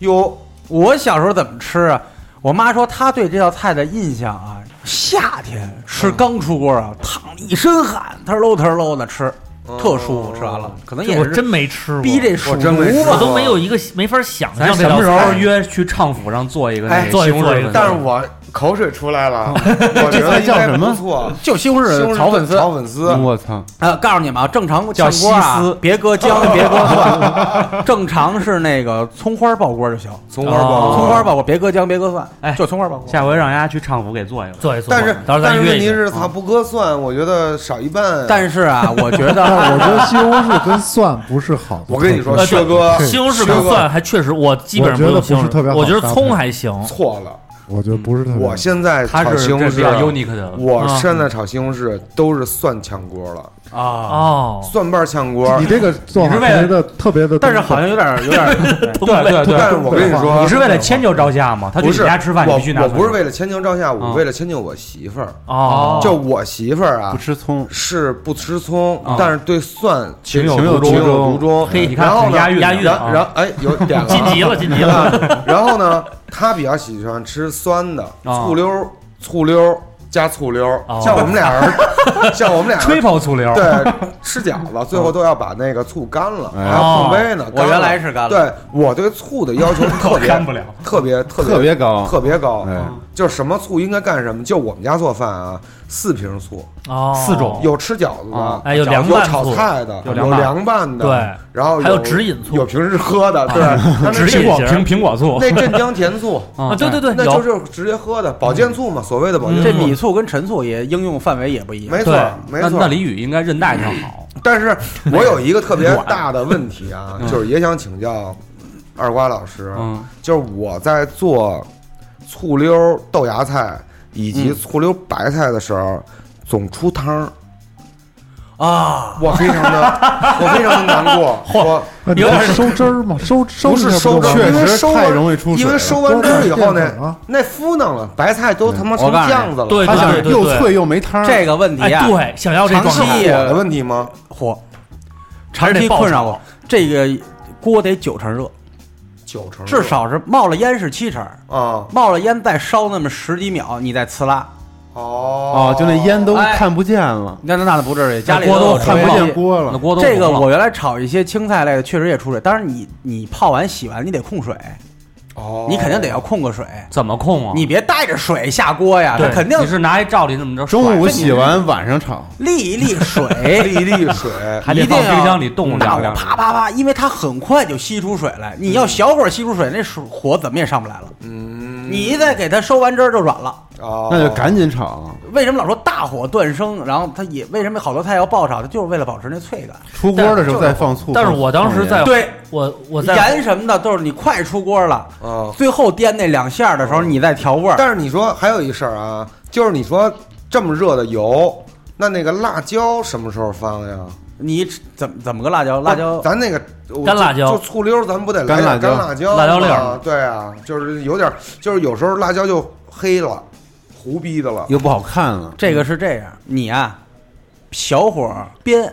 哟，我小时候怎么吃啊？我妈说她对这道菜的印象啊，夏天吃刚出锅啊，淌一身汗，嘚喽嘚喽的吃，特舒服。吃完了，可能也我是真没吃过，逼这鼠我真没吃犊吧我过都没有一个没法想咱象这什道么时候菜约去唱府上做一个那哎个做一西红做柿啊一粉？但是我口水出来了，我觉得应该不错。就西红西红柿柿炒粉丝。炒粉丝，我操，呃，告诉你们啊，正常叫炝锅啊西丝别搁姜，别搁蒜，正常是那个葱花爆锅就行。葱花爆，哦葱花爆锅，别搁姜，别搁蒜，哎就葱花爆锅。下回让丫去唱府给做一个。做一做，但是到时候但咱是约问一题下。是，它不搁蒜，我觉得少一半。但是啊，我觉得但是我觉得西红柿跟蒜不是好的。我跟你说，呃薛哥西红柿薛跟哥蒜还确实，我基本上我觉得用西红不是特别柿，好我觉得搭配葱还行，错了，我觉得不是特别。我现在它炒是西红这比较柿， unique 的，我嗯现在炒西红柿都是蒜炝锅了，啊，哦，蒜瓣炝锅。你这个做法你特是为了别的特别的，但是好像有点有点对对对，但是我跟你说哦你是为了迁就着下吗？他去不你是家吃饭，你我必须拿我蒜不是为了迁就赵夏，我啊为了迁就我媳妇儿。哦，就我媳妇儿不啊，吃葱，是不吃葱啊，但是对蒜情有有独钟独钟。嘿你看然后挺呢押韵的押韵然啊然哎，有点了啊，晋级了，晋 级了，然后呢，他比较喜欢吃酸的，啊醋溜儿、醋溜儿加醋溜儿哦，像我们俩人，像我们俩人吹泡醋溜儿， 对，吃饺子最后都要把那个醋干了，哎还要碰杯呢。我干了原来是干了对我对醋的要求 特别干不了，特别特特别高特别高哎。就是什么醋应该干什么，就我们家做饭啊，四瓶醋，哦，四种有吃饺子的啊，哎有饺凉有拌炒醋菜的，有有凉拌拌的，对，然后还有指引醋啊有平时喝的， 对，它那指苹引果型苹苹果醋那镇江甜 醋，啊，对对对，那有嗯就是直接喝的保健醋嘛，所谓的保健这醋，米醋跟陈醋也应用范围也不一样。没错对没那错。嗯那李宇应该韧带上好，但是我有一个特别大的问题啊，嗯就是也想请教二瓜老师，嗯，就是我在做醋溜豆芽菜以嗯及醋溜白菜的时候，总出汤儿，啊，我非常的我非常的难 过，我那你有要点收汁儿吗？收收不是一下收汁就完儿确了因为实收太完容易出水因了，为收完汁儿以后多少淀粉呢啊，那敷弄了，白菜都他妈成我告诉你酱子了，对他对想对又对脆又没汤儿，这个问题哎啊，对，想要这尝状是态，火的问题吗？火还长是得期爆困炒扰我。这个锅得九成热，九成至少是冒了烟是七成，啊冒了烟再烧那么十几秒，你再呲拉。哦哦，就那烟都哎看不见了，那那那不至于，家里锅有都水看不泡见锅那了。锅都这个红了我原来炒一些青菜类的，确实也出水。当然你，你泡完洗完，你得控水，哦，你肯定得要控个水，怎么控啊？你别带着水下锅呀，对这肯定你是拿一罩里怎么着？中午甩洗完，晚上炒，沥一沥沥水，沥 水，还得一定放冰要箱里冻大两火两。啪啪啪，因为它很快就吸出水来。你要小火吸出水，那水火怎么也上不来了。嗯，你一再给它收完汁儿就软了。哦，那就赶紧炒，为什么老说大火断生？然后它也为什么好多菜要爆炒？它就是为了保持那脆感。出锅的时候再放醋。但是放我当时放盐在对，我我在盐什么的都是你快出锅了，哦最后颠那两下的时候，你再调味儿。但是你说还有一事儿啊，就是你说这么热的油，那那个辣椒什么时候放呀？你怎么怎么个辣椒？辣椒咱那个我干辣椒就就醋溜儿，咱们不得来点干辣椒干辣椒吗辣椒粒儿？对啊，就是有点儿，就是有时候辣椒就黑了，糊逼的了。又不好看了，这个是这样，你啊，小火煸，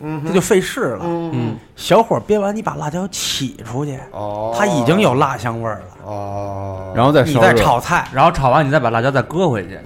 嗯这就费事了。嗯嗯，小火煸完，你把辣椒起出去，哦，它已经有辣香味儿了。哦，然后再你烧再热炒菜，然后炒完你再把辣椒再搁回去，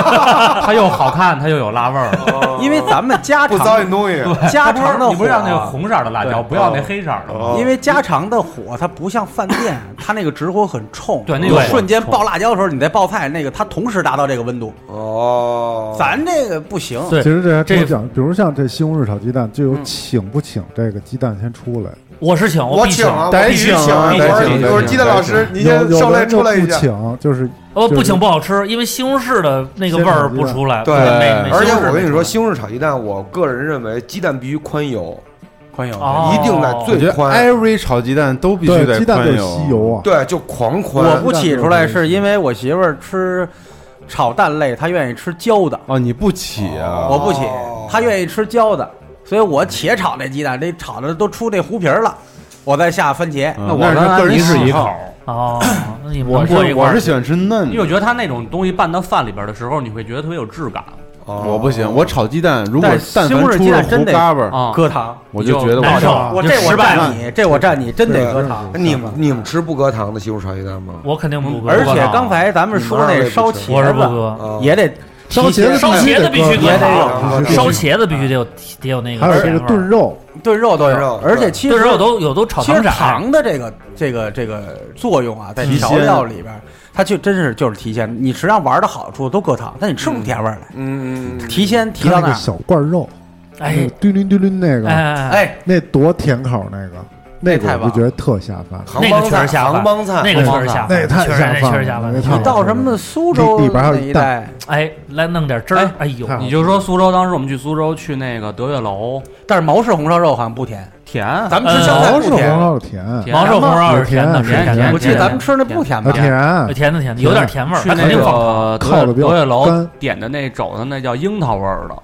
它又好看，它又有辣味儿了。因为咱们家哦 不糟常践东西。家常的你不是火让那个啊，红色的辣椒，不要那黑色的吗？哦因为家常的火它不像饭店，它那个直火很冲，对那有个瞬间火爆辣椒的时候，你再爆菜，那个它同时达到这个温度， 哦，咱这个不行。对其实这还这多讲，比如像这西红柿炒鸡蛋，就有请不请这个鸡蛋先出来。嗯我是请我必请啊，请，我得必须请啊一得会儿请一得会儿请鸡蛋得老请师，您有先有上的来人出就来一不下。请，就是哦就不是请不好吃，因为西红柿的那个味儿不出来，对没没而且西红柿我跟你说，没出西红柿炒鸡蛋，我个人认为鸡蛋必须宽油，宽油来哦一定得我最觉得哎宽， every 炒鸡蛋都必须对得鸡蛋得宽吸油啊。对，就狂宽。我不起出来是因为我媳妇儿吃炒蛋类，她愿意吃焦的，哦，你不起啊？我不起哦，她愿意吃焦的，所以我且炒这鸡蛋，这炒的都出那糊皮儿了，我再下番茄。嗯那我那跟是个安人妮是一喜口好，，哦，那你们我过一是块我儿是喜欢吃嫩因为我的，觉得它那种东西拌到饭里边的时候，你会觉得特别有质感。哦我不行，我炒鸡蛋，如果但但西红凡柿出鸡了蛋胡真得嘎巴，啊，搁糖，我就觉得难受我我就这我失败了站你，这我站你，真得搁糖。哦哎你们你们吃不搁糖的西红柿炒鸡蛋吗？嗯我肯定不搁，而且刚才咱们说那烧茄子，我是不搁。啊也得烧茄子烧茄子必须也搁得有糖，烧茄子必须得有得有那个还有这咸个味儿炖肉，炖肉都炖肉有，而且其实炖肉都有都炒其糖实色儿，糖的这个这个这个作用啊，在提调鲜料里边儿，它就真是就是提鲜。你实际上玩的好处都搁糖，但你吃不出甜味儿来。嗯嗯嗯，提鲜提它到那那个儿，小罐肉，哎嘟噜嘟噜那哎个，哎哎，哎，那多甜口那个，那太个棒我就觉得特下饭，杭那帮个确菜，实下杭饭帮菜，那个确实下饭，那也太确实下那确饭实下了饭嗯那。太你到什么苏州里里边还有那一蛋带，哎，来弄点汁儿，哎呦，看你就说苏州，当时我们去苏州去那个德月楼，但是毛氏红烧肉好像不甜，甜，咱们吃香菜毛不是黄甜。肉甜，甜王寿红烧是甜的，有是甜甜有的，甜我记得是咱们吃那不啊甜甜啊吧？的，甜，甜的甜的，有点甜味儿，去它肯那定放糖。个烤的德月比较德月楼干点的那肘子那叫樱桃味儿的，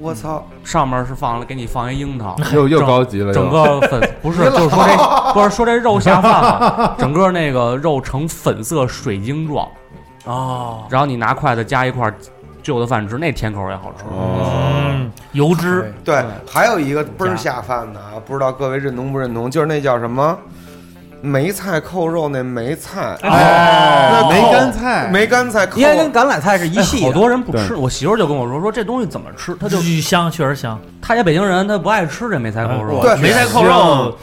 我操，上面是放了给你放一樱桃，又又高级了，整又个粉不是就是说这不是说这肉下饭了，整个那个肉呈粉色水晶状，哦，然后你拿筷子夹一块儿就着饭吃，那甜口也好哦吃。嗯，油脂对，还有一个倍儿下饭的啊，不知道各位认同不认同，就是那叫什么梅菜扣肉那梅菜，哎，梅干菜，梅干菜扣应该跟橄榄菜是一系好的。多人不吃，对我媳妇儿就跟我说说这东西怎么吃，她就香，确实香。她也北京人，她不爱吃这梅菜扣肉。对梅菜扣肉，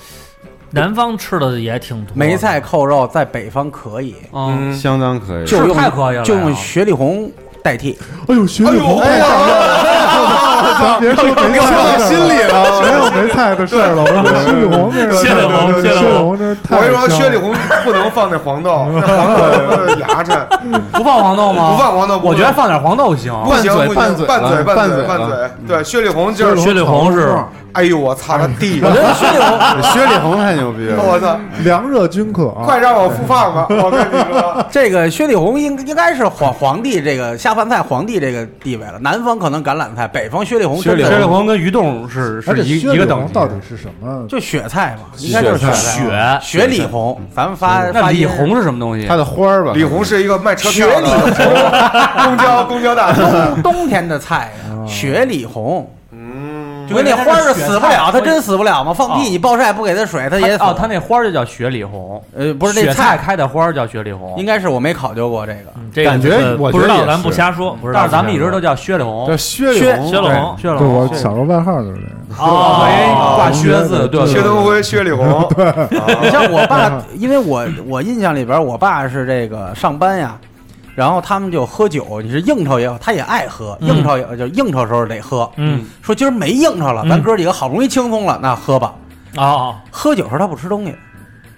南方吃的也挺多。梅菜扣肉在北方可以，嗯，嗯相当可以。 就用太可以了呀就用雪里红代替。哎呦，雪里红太下饭哎了，咱别说梅菜到了心里了没有梅菜的事儿了，我说薛里红这个，薛里红对对对薛薛里红里红这太我跟你说，香薛里红不能放那黄豆，那黄豆牙碜，不放黄豆吗？不放黄豆不我觉得能放点黄豆行。不行拌嘴不行，拌拌嘴嘴了拌拌嘴嘴拌了嘴，对，薛里红就里红是，雪里红是哎呦我操他弟，我觉得雪里红雪里红太牛逼我了，操，凉热均可啊，快让我复放吧，我跟你说，这个薛里红应应该是皇皇帝这个下饭菜皇帝这个地位了，南方可能橄榄菜，北方薛里红真的雪里红跟鱼冻是而是且一薛一里个等红级。到底是什么？就雪菜嗯嘛，应该就是雪菜菜雪雪里红，咱们发那发音李红是什么东西它？的花儿吧，李红是一个卖车票雪里的，红，公交公交大叔，冬天的菜呀，雪里红。嗯，就跟那花儿死不了，它真死不了吗？放屁！你暴晒不给它水，它也死。哦，它那花儿就叫雪里红，呃不是雪那菜，开的花儿叫雪里红，应该是我没考究过这个。嗯这个感觉这个我觉不得知道，也咱不是瞎说，不知道。但是咱们一直都叫薛里红叫，薛里薛红，薛里红，薛里对我红小时候外号就是这个。哦，因为挂靴子，对，薛对登辉、薛里红，啊你像我爸，因为我我印象里边，我爸是这个上班呀，然后他们就喝酒，你是应酬也好，他也爱喝，嗯应酬也就应酬时候得喝。嗯，说今儿没应酬了，嗯咱哥几个好不容易轻松了，那喝吧。哦，喝酒时候他不吃东西，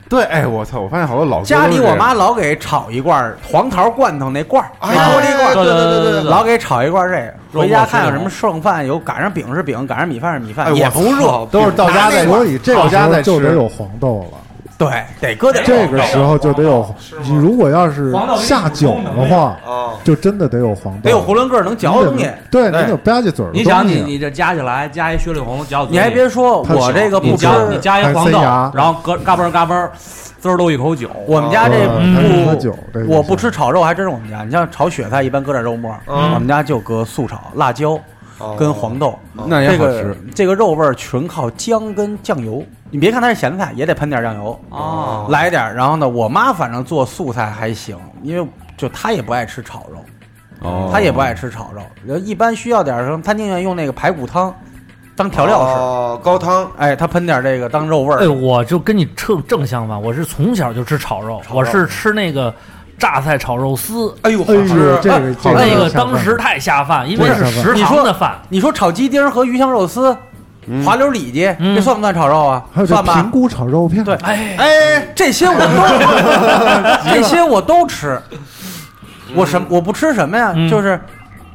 对，哎，我操，我发现好多老哥家里都是哦我妈老给炒一罐儿黄桃罐头那罐儿，哎那啊玻璃罐对儿。对对对对对，老给炒一罐儿这个，回家看有什肉末么剩饭，有赶上饼是饼，赶上米饭是米哎饭，我也不热，都是到家再所以这到个时家候再就得吃有黄豆了。对，得搁点这个时候就得有，你如果要是下酒的话，啊，就真的得有黄豆，得有囫囵个儿能嚼的东你西得。对，你得吧唧嘴儿的你想你东西你这加起来加一薛里红嚼嘴里，你还别说，它我这个你不吃，嗯加你加一黄豆啊还塞牙，然后咯嘎嘣儿嘎嘣儿，滋儿都一口酒，我们家这对嗯还得不喝酒，这个我是不吃炒肉，还真是我们家。你像炒雪菜，一般搁点肉末儿，嗯我们家就搁素炒、辣椒哦跟黄豆。那也这好个吃，这个肉味儿全靠姜跟酱油。你别看它是咸菜，也得喷点酱油，哦，来点儿。然后呢，我妈反正做素菜还行，因为就她也不爱吃炒肉，哦她也不爱吃炒肉，然后一般需要点儿什么，她宁愿用那个排骨汤当调料使。哦，高汤，哎，她喷点儿这个当肉味哎，儿。我就跟你正正相反，我是从小就吃炒肉，炒肉我是吃那个榨菜炒肉丝，哎呦，好哎呦，吃，这个哎这那个下饭当时太下饭，因为对是下食饭堂的饭，你说炒鸡丁儿和鱼香肉丝、滑溜里脊，嗯这算不算炒肉啊还？有这算吧。平菇炒肉片，对哎，哎，这些我都，这些我都吃。我什我不吃什么呀？嗯就是，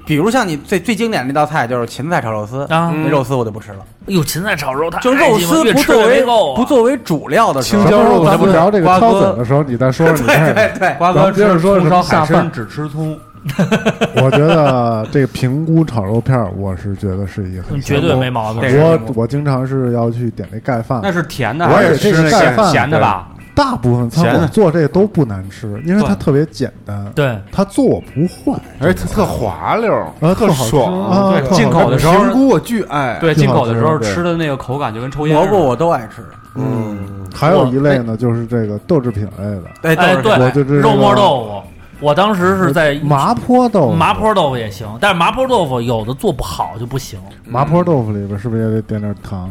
比如像你最最经典的那道菜就是芹菜炒肉丝啊那肉丝我就不吃了。哎呦，芹菜炒肉太就肉丝越不吃作越没为够啊不作为主料的时什候么，时候咱不们是聊这个瓜挑哥嘴的时候，你再说说你对这对个。对，瓜咱哥们接着吃说红什烧么海下参饭只吃葱，我觉得这个平菇炒肉片儿，我是觉得是一个很嗯绝对没毛病。我我经常是要去点那盖饭，那是甜的我还也是吃那咸盖饭咸的吧？大部分餐咸的馆做这个都不难吃，因为它对特别简单，对，它做不坏，而且特特滑溜儿，啊特好吃爽。啊，对特好吃进口的时候神菇我巨爱，对，挺进好口的时吃候的吃的那个口感就跟抽烟蘑似的。菇我都爱吃，嗯，还有一类呢，就是这个豆制品类的，哎哎豆我对对，就知道肉末豆腐，我当时是在麻婆哦豆腐，麻婆豆腐也行，但是麻婆豆腐有的做不好就不行。哎麻婆豆腐里边是不是也得点点糖？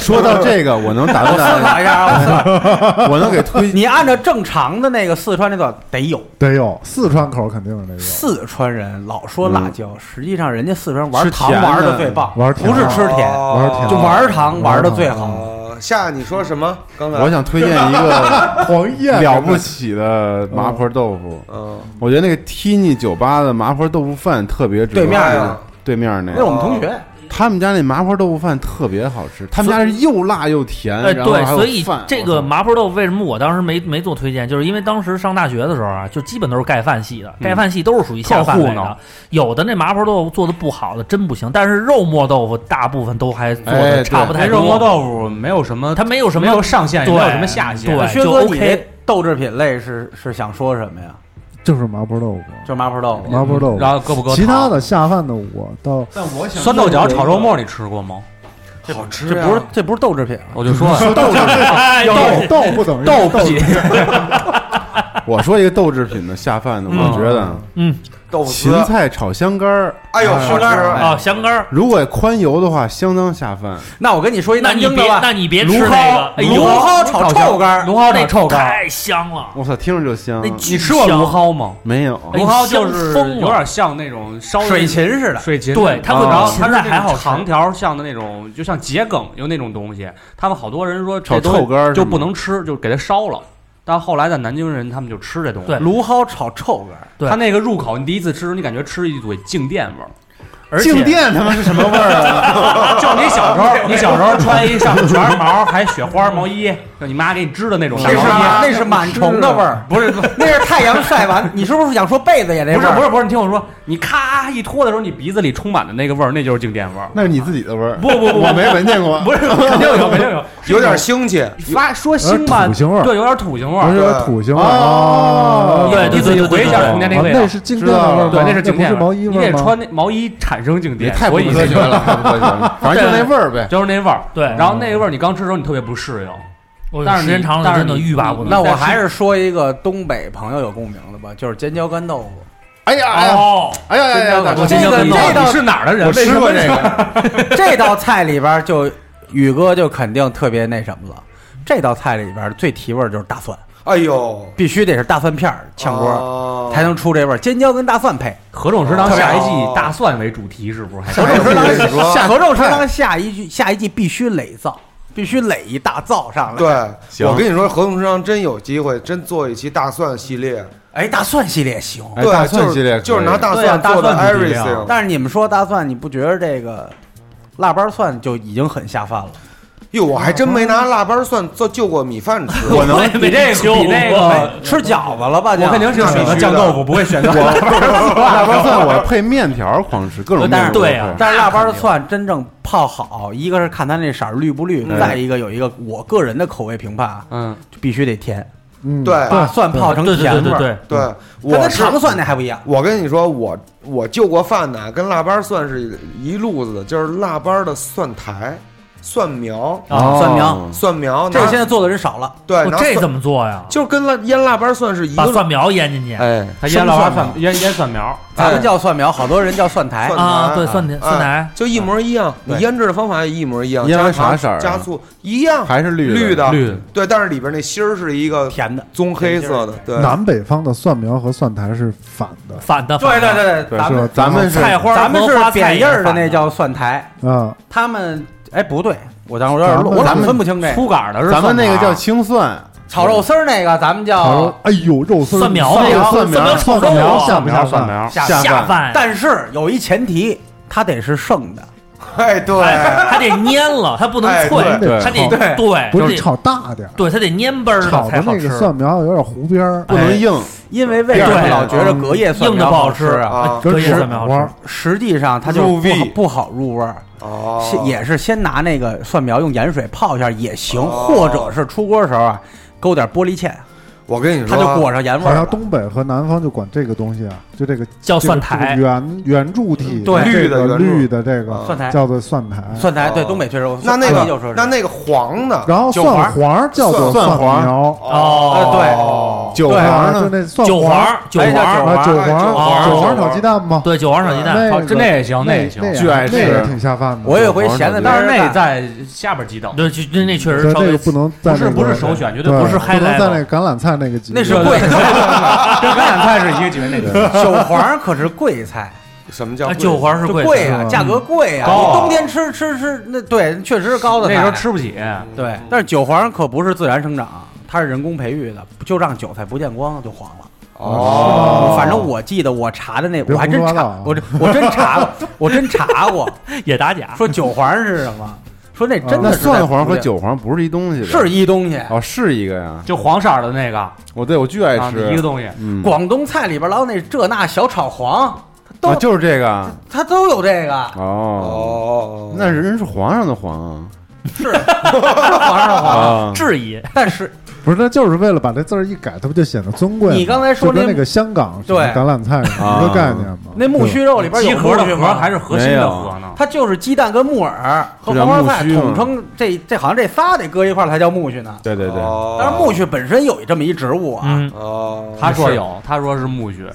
说到这个，我能打我 断思大考一下啊，我思考一下。家，我能给推你按照正常的那个四川那段得有，得有四川口肯定是得有，四川人老说辣椒，实际上人家四川玩吃糖甜的玩嗯的最哦棒，玩甜不是吃甜，哦玩甜就玩糖玩的最好。呃，夏，你说什么？刚才我想推荐一个 黄燕了不起的麻婆豆腐，嗯，我觉得那个 Tini 酒吧的麻婆豆腐饭特别值得对面吃儿对面儿那那个，我们同学他们家那麻婆豆腐饭特别好吃，他们家是又辣又甜，哎，然后对，还所有以饭。这我个操麻婆豆腐为什么我当时没没做推荐，就是因为当时上大学的时候啊，就基本都是盖饭系嗯的，盖饭系都是属于下饭类特糊弄的。有的那麻婆豆腐做的不好的真不行，但是肉末豆腐大部分都还做哎的对差不太那多。肉末豆腐没有什么，它没有什么没有上限，也对没有什么下限。对薛就哥，你 OK 这豆制品类是是想说什么呀？就是麻婆豆腐，就是麻婆豆腐。麻婆豆然腐。后搁不搁其他糖的下饭的我倒但我想酸豆角炒肉末，你吃过吗？好吃呀这不是这不是豆制品啊，我就说了，豆豆豆不等于豆腐制品我说一个豆制品的下饭的，我觉得豆腐芹丝，菜炒香干儿，哎呦，好吃哎啊，香干儿。如果宽油的话，相当下饭。那我跟你说一那南你京的别，那吧，你别芦吃那个蒿，，哎芦呦，蒿炒臭干儿，芦蒿那炒臭干儿，太香了。我操，听着就香那。你吃过芦蒿吗？没有，哎芦蒿就香是疯了有点像那种烧的水芹似的。水芹，对它会比然后芹它是菜那种还好吃长条像的那种，就像桔梗有那种东西，他们好多人说这炒东西臭干儿是吗就不能吃，就给它烧了。但后来在南京人他们就吃这东西，对芦蒿炒臭干儿，对它那个入口，你第一次吃，你感觉吃一嘴静电味儿。而且静电他妈是什么味儿 啊？就你小时候，你小时候穿一上面全是毛，还雪花毛衣，就你妈给你织的那种那大是毛啊衣。那是螨虫的味儿，不是， 那是太阳晒完。你是不是想说被子也那不味是儿？不是不是，你听我说，你咔一脱的时候，你鼻子里充满的那个味儿，那就是静电味儿。那是你自己的味儿。不不不不我没闻见过。不是，肯定有，肯定有，有点腥气，发说腥吧，有点土腥味儿对，有点土腥而且有点土腥味儿。味儿哦啊对你对自对己对回对对一下童年那个味道那，是静电的味儿吗？对，那是静啊不是电味毛儿。衣你味儿得吗？穿那毛衣产生静也电，哎太不所以科学了，太不科学了。反正就那味儿呗。就是那味儿。对然后那个味儿你刚吃的时候你特别不适应，我但是时间你长但了是真的你欲罢不能。你那我还是说一个东北朋友有共鸣的吧，就是尖椒干豆腐。哎呀哎呀哦，哎呀哎呀！大哥这个跟你这道你是哪儿的人？我吃过为这什么个，这道菜里边儿就宇哥就肯定特别那什么了。这道菜里边儿最提味儿就是大蒜， 哎呦，必须得是大蒜片儿炝锅儿哦才能出这味儿。尖椒跟大蒜配，合众食堂特别下一好季以大蒜为主题，是不是？还合众食我跟你说堂 下合众食堂下一句下一季必须垒灶，必须垒一大灶上来。，对，行我跟你说，合同商真有机会，真做一期大蒜系列。哎，大蒜系列行，哎大蒜就是系列可以就是拿大对啊蒜做的大蒜主题啊 everything。但是你们说大蒜，你不觉得这个腊八蒜就已经很下饭了？哟，我还真没拿腊八蒜做就过米饭吃。 我 能比这个比那哎吃饺子了吧？我 肯定是选择酱豆腐，不会选择我腊八蒜我配面条狂吃，各种面但条是都对啊配但是腊八蒜真正泡好，一个是看它那色儿绿不绿，嗯再一个有一个我个人的口味评判啊，嗯，就必须得甜，嗯，对把蒜泡成对对对甜味对儿。对，对，它我跟是糖蒜那还不一样。我跟你说，我我就过饭呢，跟腊八蒜是一路子的，就是腊八的蒜苔、蒜苗、哦蒜苗，蒜苗。这拿现在做的人少了，对，我拿这蒜怎么做呀？就是跟腊腌腊八蒜是一把个蒜苗腌进去哎，他腌腊八蒜，腌腌蒜苗，咱们叫蒜苗，好多人叫蒜苔蒜。啊，苔对，哎蒜苔蒜苔哎，就一模一样，你对腌制的方法也一模一样，腌加完啥糖色儿啊加醋一样，还是绿绿的，绿的对，但是里边那芯儿是一个甜的棕黑色的，对，南北方的蒜苗和蒜苔是反的反的。对反的对对对，咱是吧们咱们是菜花咱们和花是菜扁叶儿的也那是叫蒜苔，啊。他们哎不对，我当时我有点咱们乱我老咱们分不清这个粗杆儿的是咱蒜们那个苗叫青蒜，炒肉丝儿那个，咱们好像叫。哎呦，肉丝儿蒜苗哎那个嘛蒜苗，蒜苗蒜苗炒肉啊下不下饭？蒜苗，下反下饭，但是有一前提，它得是剩的。 哎对，哎它得粘了，它不能哎脆，对它得对对，不就是炒大点儿，对，它得粘巴儿炒的的才好那个吃。哎蒜苗有点糊边儿，不能硬。因为为什么老觉着隔夜蒜嗯硬的苗不好吃啊？啊，跟隔夜吃蒜火苗锅好儿吃，实际上它就是不好不好入味儿。哦先也是先拿那个蒜苗用盐水泡一下也行，哦或者是出锅的时候啊，勾点玻璃芡，我跟你说，啊它就裹上盐味哦好儿像了。东北和南方就管这个东西啊，就这个叫这个哦蒜苔这个圆圆柱体，对这个绿的圆柱绿的这啊个嗯蒜苔叫做蒜苔，蒜苔，对哦东北确实有。那那阿姨就个说是那那个黄的，然后蒜黄叫做蒜蒜黄苗，呃对哦，韭啊，黄就呢？那蒜韭黄黄，韭哎叫黄，啊，韭韭黄黄，韭韭黄黄韭黄炒鸡蛋吗？对，韭黄炒鸡蛋，那哦个这那也行，那也行，那巨爱那吃也挺下饭的。我有回闲的，但但是是那在下边几等，对，就那那确对实稍这微个不能在不是那个不是首选，绝对，不是不 high 能在 level 那橄榄菜那个级别。那是贵 菜，跟橄榄菜是一个级 别那个。韭黄可是贵菜，什么叫啊韭黄是就贵贵的啊，嗯价格贵啊。高你啊冬天吃吃吃，那对，确实是高的菜。那时候吃不起，对，但是韭黄可不是自然生长，它是人工培育的，就让韭菜不见光就黄了。哦，反正我记得我查的那，别我还真胡说八道查啊，我这我真查过，我真查过，也打假。说韭黄是什么？说那真啊那的是在蒜黄和古代韭黄不是一东西吧是一东西。哦，是一个呀。就黄色儿的那个啊，我对我巨爱吃一个东西。嗯，广东菜里边老有那这那小炒黄，啊都就是这个啊它都有这个，哦。哦，那人是皇上的皇 是皇上啊黄。啊，质疑，但是不是，那就是为了把这字儿一改，它不就显得尊贵吗？你刚才说就跟那那个香港对橄榄菜是一个概念嘛？那木须肉里边鸡有壳木须的核吗还是核心的核呢？它就是鸡蛋跟木耳和黄花菜这叫木须吗统称这这好像这仨得搁一块儿才叫苜蓿呢。对对对，但是苜蓿本身有这么一植物啊，嗯，哦，他说有，他说是苜蓿，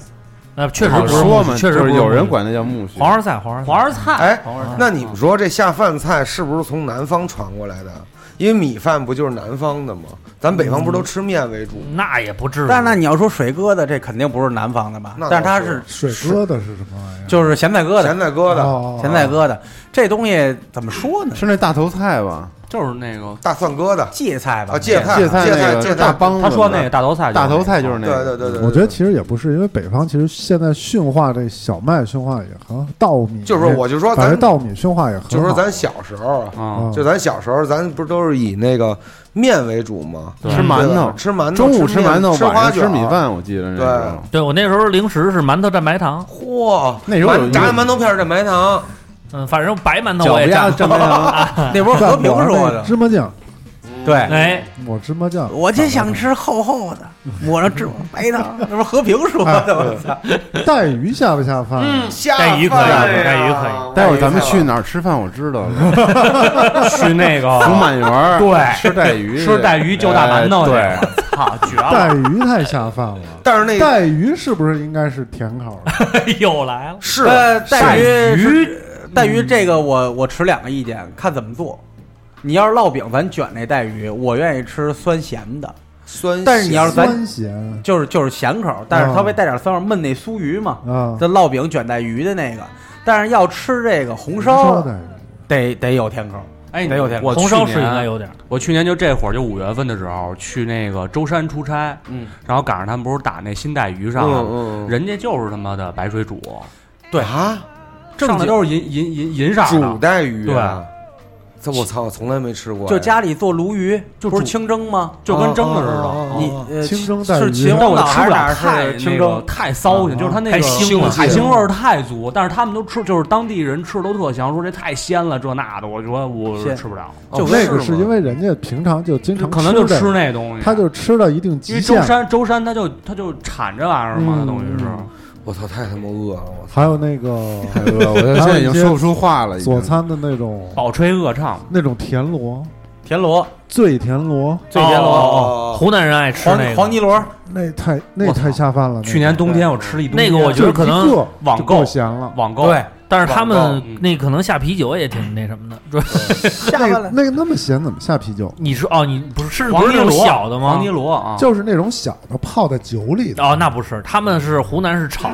那确实好不是说木嘛，须，确实就不是是有人木须管那叫木须。黄花菜，黄花黄菜儿菜。哎黄花菜，那你们说这下饭菜是不是从南方传过来的？因为米饭不就是南方的吗？咱北方不是都吃面为主？那也不至于。但是那你要说水疙瘩，这肯定不是南方的吧那？倒但是它是是水疙瘩是什么玩意儿？就是咸菜疙瘩咸，菜疙瘩、哦咸菜疙瘩这东西怎么说呢？是那大头菜吧？就是那个大蒜疙瘩芥菜吧，啊，芥菜、芥菜芥那菜、芥个菜大，帮子嘛，他说那个大头菜，大头菜啊就是那对对个，对对，我觉得对其实也不是，因为北方其实现在驯化这小麦驯化也很好，稻米就是说，我就说反咱正稻米驯化也很好。哦就说咱小时候啊，嗯啊，就咱小时候，咱不都是以那个面为主吗？对吃馒头对吧，吃馒头，中午吃面馒头，吃晚花上卷吃儿米。饭，我记得那时候对对我那时候零食是馒头蘸白糖，嚯，那时候有馒炸馒头片蘸白糖，嗯，反正白馒头脚我不也压蘸。蘸白糖，那不是和蘸平我说那的。芝麻酱，对，哎，抹芝麻酱。我就想吃厚厚的，抹上芝麻白糖，那不是和平说啊的吗？我操！带鱼下不下饭啊？下带鱼可以饭啊哎呀带鱼可以待会哎儿咱们去哪儿吃饭，我知道 了。去 那个福满园儿，对吃带鱼去，吃带鱼就大馒头去，哎对，我操，绝了！带鱼太下饭了。但是那带鱼是不是应该是甜口啊的？又哎来了，是呃，带鱼鱼是带鱼这个我我持两个意见，看怎么做。你要是烙饼，咱卷那带鱼，我愿意吃酸咸的，酸，但是你要是咱酸咸就是就是咸口，但是稍微带点酸味，焖那酥鱼嘛，啊，这烙饼卷带鱼的那个。但是要吃这个红烧烧，带鱼得得有甜口，哎，得有甜口。我红烧是去年应该有点儿。我去年就这会儿，就五月份的时候去那个舟山出差，嗯，然后赶上他们不是打那新带鱼上了，嗯嗯，人家就是他妈的白水煮，对啊，上来都是银银银银色煮的，带鱼啊，这我操，我从来没吃过呀，就家里做鲈鱼，就不是煮清蒸吗？就跟蒸的似的。哦哦哦你呃清蒸带是鱼秦但皇我岛吃还不是哪了儿太是那个清蒸？太骚性，就是它那太个嗯腥了海腥味儿太足，但是他们都吃，就是当地人吃都特香，说这太鲜了，这那的，我说我鲜吃不了，就哦那个是是吗因为人家平常就经常可能就这吃个，那东西，他就吃到一定因极为舟限。山舟山它就它就产这玩意儿嘛，嗯它等于是嗯我操，太他妈饿了，我还操，有那 个太饿哎了，我现在已经说不出话了。已经佐餐的那种饱吹饿唱，那种田螺，田螺、醉田螺，醉田螺、哦湖南人爱吃那黄个黄泥螺，那太那我操太下饭了。去年冬天我吃了一冬天那个我觉就得是可能网就购够咸了。网购对，但是他广告们嗯那可能下啤酒也挺那什么的。说那下饭个了。那个那么咸，怎么下啤酒？你说哦，你不是是不黄是泥那种螺小的吗黄泥？螺啊，就是那种小的泡在酒里的。哦，那不是，他们是湖南是炒，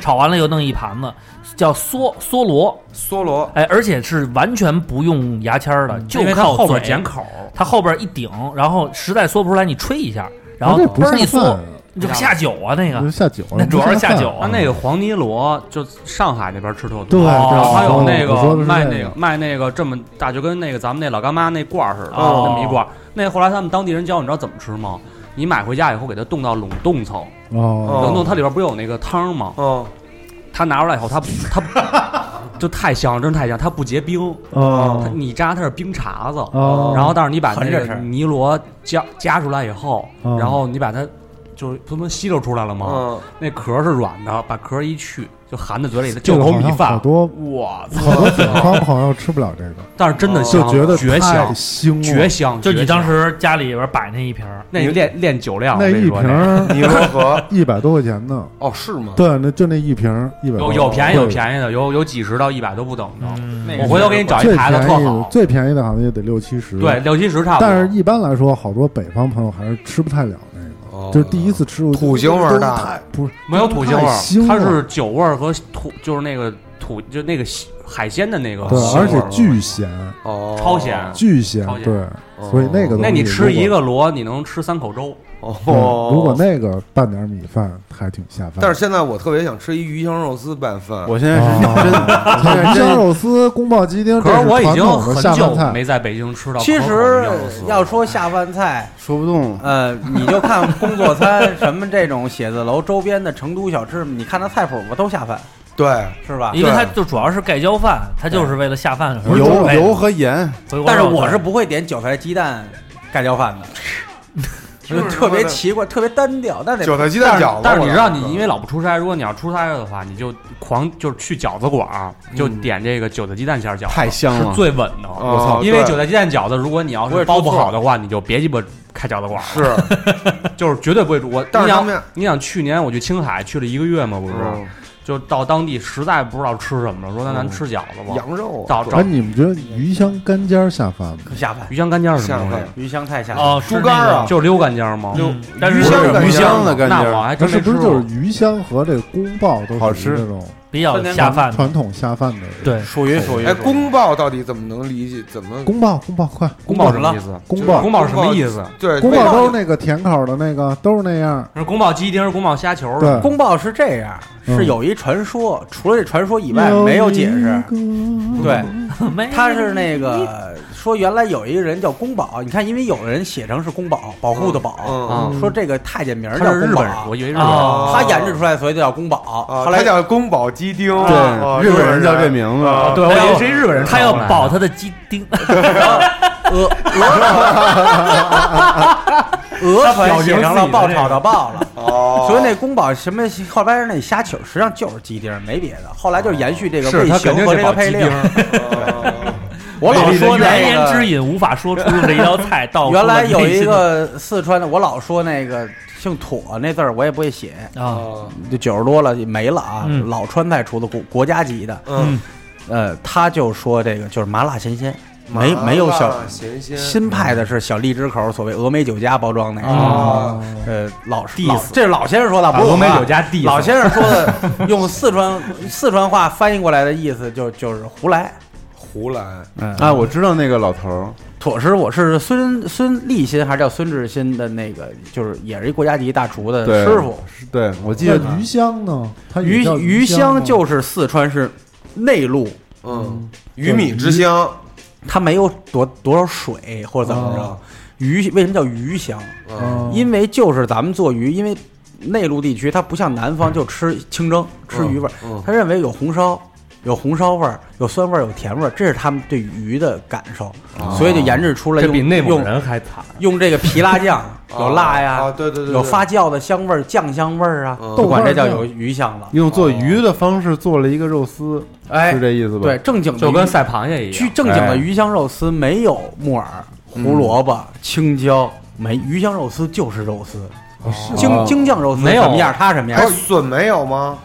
炒完了又弄一盘子，叫梭梭螺，梭罗哎，而且是完全不用牙签儿的，就嗯因为它靠后嘴边剪口，它后边一顶，然后实在缩不出来，你吹一下，然后哦啊那不嘣儿一下缩饭，，你就下酒啊那就是个。下酒。那主要是下饭酒啊，那个黄泥螺就上海那边吃特多，对，对哦然后还有我那我说个的是卖那那个卖那个这么大，就跟那个咱们那老干妈那罐儿似的，哦那么一罐儿。那后来他们当地人教你知道怎么吃吗？你买回家以后给它冻到冷冻层，哦，嗯冷冻它里边不是有那个汤吗？哦，他拿出来以后，他他， 就太香，真太香，它不结冰。它哦你扎它是冰碴子，哦，然后但是你把那横着个吃泥螺夹夹出来以后，嗯然后你把它就是它不吸溜出来了吗？嗯，那壳是软的，把壳一去就含在嘴里，这就个口好米像好饭。多哇，好多北方朋友吃不了这个，但是真的就香，觉得哦绝太香，腥了，绝香。就你绝香当时家里边摆那一瓶儿，那练练酒量，那我跟你一说瓶那儿尼罗河 一百多块钱呢。哦是吗？对，那就那一瓶一百，有有便宜有宜，便宜的，有有几十到一百都不等的。嗯，我回头给你找一最牌便子特宜好的，最便宜的好像也得六七十。对，，六七十差不多。但是一般来说，好多北方朋友还是吃不太了那个，哦就是第一次吃我就土腥味儿大都太不是没有土腥味太腥儿，它了是酒味儿和土，就是那个土，就那个西海鲜的那个对，腥而味儿且巨咸，哦超咸巨咸超，咸对，所以那个东西那你吃一如果。个螺，你能吃三口粥。哦对，，嗯如果那个拌点米饭还挺下饭。但是现在我特别想吃一鱼香肉丝拌饭，我现在 是啊真的，我现在鱼香真肉丝、宫保鸡丁，可是我已经这是很传久统的下饭菜没在北京吃到可口其的实鱼香肉丝了。要说下饭菜，说不动了。呃，你就看工作餐什么这种写字楼周边的成都小吃，你看那菜谱吧，都下饭对，是吧？因为对它就主要是盖浇饭，它就是为了下饭回锅肉油呗。油和盐，回锅肉但是我是对不会点韭菜鸡蛋盖浇饭的，就是他妈的特别奇怪，特别单调，但得韭菜鸡蛋饺子。但是你知道，我你因为老不出差，如果你要出差的话，你就狂就是去饺子馆儿，就嗯点这个韭菜鸡蛋馅儿饺子，太香了是最稳的。哦我操因为对韭菜鸡蛋饺子，如果你要啊我是也出包不错好的话，你就别鸡巴开饺子馆儿了。 是就是绝对不会煮。我但是你他想们你想去年我去青海去了一个月嘛，不是，嗯就到当地实在不知道吃什么了，说那咱嗯吃饺子吧。羊肉啊找哎，找你们觉得鱼香干尖儿下饭吗？不下饭。鱼香干尖儿是什么下东饭西？鱼香太下饭，哦猪肝儿啊就是溜干尖儿吗？嗯但鱼是香是干鱼尖儿香的干尖那我儿，还它真是没不吃是就是过。鱼香和这个宫爆都好属于吃这种比较下饭的，传统下饭的？，对，属于属于哎，宫爆到底怎么能理解？怎么宫爆，宫爆，快！宫保什么意思？宫爆宫，保什么意思？对宫味爆道都是那个甜口的那个，都是那样。是宫保鸡丁、宫保虾球儿。对，宫爆是这样，嗯是有一传说，除了这传说以外没有解释。一个对，没他是那个说原来有一个人叫宫保，你看，因为有的人写成是宫保，保护的保，嗯说这个太监名儿他叫是宫日保本人，，我以为日本人。啊，哦他研制出来，所以就叫宫保。啊，后来它叫宫保鸡丁，哦对，日本人叫这。名字，啊对，我以为是一日本人他要炒的保他的鸡丁，鹅鹅鹅表团情写成了自己的爆这炒个的爆了。哦，所以那宫保什么后边那虾球，实际上就是鸡丁儿，没别的。后来就延续这个哦是味他肯型定和是这个保配鸡料丁。儿。哦我老说那难言个之隐无法说出的一道菜， 道出了啊原来有内一心的个四川的，我老说那个姓妥那字儿，我也不会写，啊，就九十多了也没了啊。嗯老川菜厨子，国国家级的，嗯，呃，他就说这个就是麻辣咸鲜，没麻没有小辣咸鲜新派的是小荔枝口，所谓峨眉酒家包装那个。啊，呃，老师，老这是老先生说的，不是峨我眉啊酒家地老先生说的，用四川四川话翻译过来的意思就就是胡来。胡兰啊，我知道那个老头儿，妥师，我是孙孙立新还是叫孙志新的那个，就是也是一国家级大厨的对师傅。是对我记那得鱼香呢？它也鱼叫鱼香吗香就是四川是内陆，嗯，鱼米之乡，它没有多多少水或者怎么着哦。鱼为什么叫鱼香？嗯，因为就是咱们做鱼，因为内陆地区它不像南方就吃清蒸、吃鱼味儿嗯嗯，他认为有红烧。有红烧味儿，有酸味儿，有甜味儿，这是他们对鱼的感受，所以就研制哦出了这比用内蒙用人还惨。用这个皮辣酱，有辣呀，啊对对对对有发酵的香味儿、酱香味儿啊，嗯就管这叫有鱼香了。用做鱼的方式做了一个肉丝，哎，是这意思吧？对，，正经 的就跟鱼赛螃蟹一去 样，正经哎的鱼香肉丝没有木耳、胡萝卜、青椒，没鱼香肉丝就是肉丝，京京酱肉丝没有什么样它什么样哎，，笋没有吗？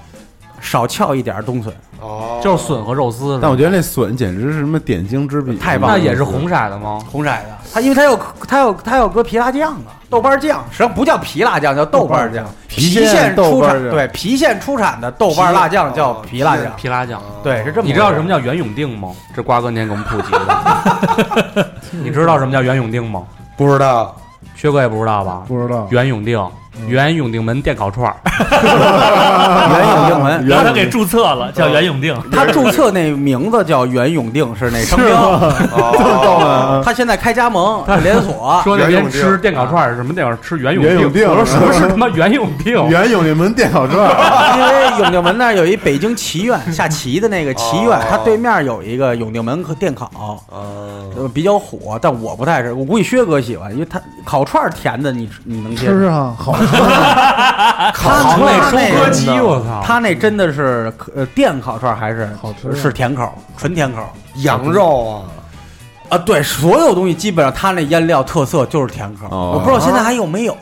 少翘一点儿冬笋，哦，就是笋和肉丝。但我觉得那笋简直是什么点睛之笔，嗯太棒那了也是红色的吗？红色的。它因为它有它有它有搁皮辣酱啊，豆瓣酱，实际上不叫皮辣酱，叫豆瓣酱。郫郫县县豆出瓣产酱对郫县出产的豆瓣辣酱叫皮辣酱，皮辣酱。对是这哦么。你知道什么？叫袁永定吗？这瓜哥那天给我们普及的。 你知道什么叫袁永定吗？不知道薛哥也不知道吧？嗯不知道袁永定原永定门电烤串儿，袁永定门。然后他给注册了，叫袁永定。他注册那名字叫袁永定，是那商标。 啊他现在开加盟，连锁。说那袁边永定吃电烤串儿什么电烤吃袁永袁永定我说什么是他妈袁永定？袁永定门电烤啊串， 因为永定门那儿有一北京棋院，下棋的那个棋院，它对面有一个永定门电烤，呃，比较火，但我不太吃，我估计薛哥喜欢，因为他烤串儿甜的你，你能接吃受？啊，好吃，烤行内收那割机，我操！他那真的是呃电烤串儿还是好吃啊是甜口，纯甜口羊肉啊，啊。对，所有东西基本上他那腌料特色就是甜口，哦我不知道现在还有没有，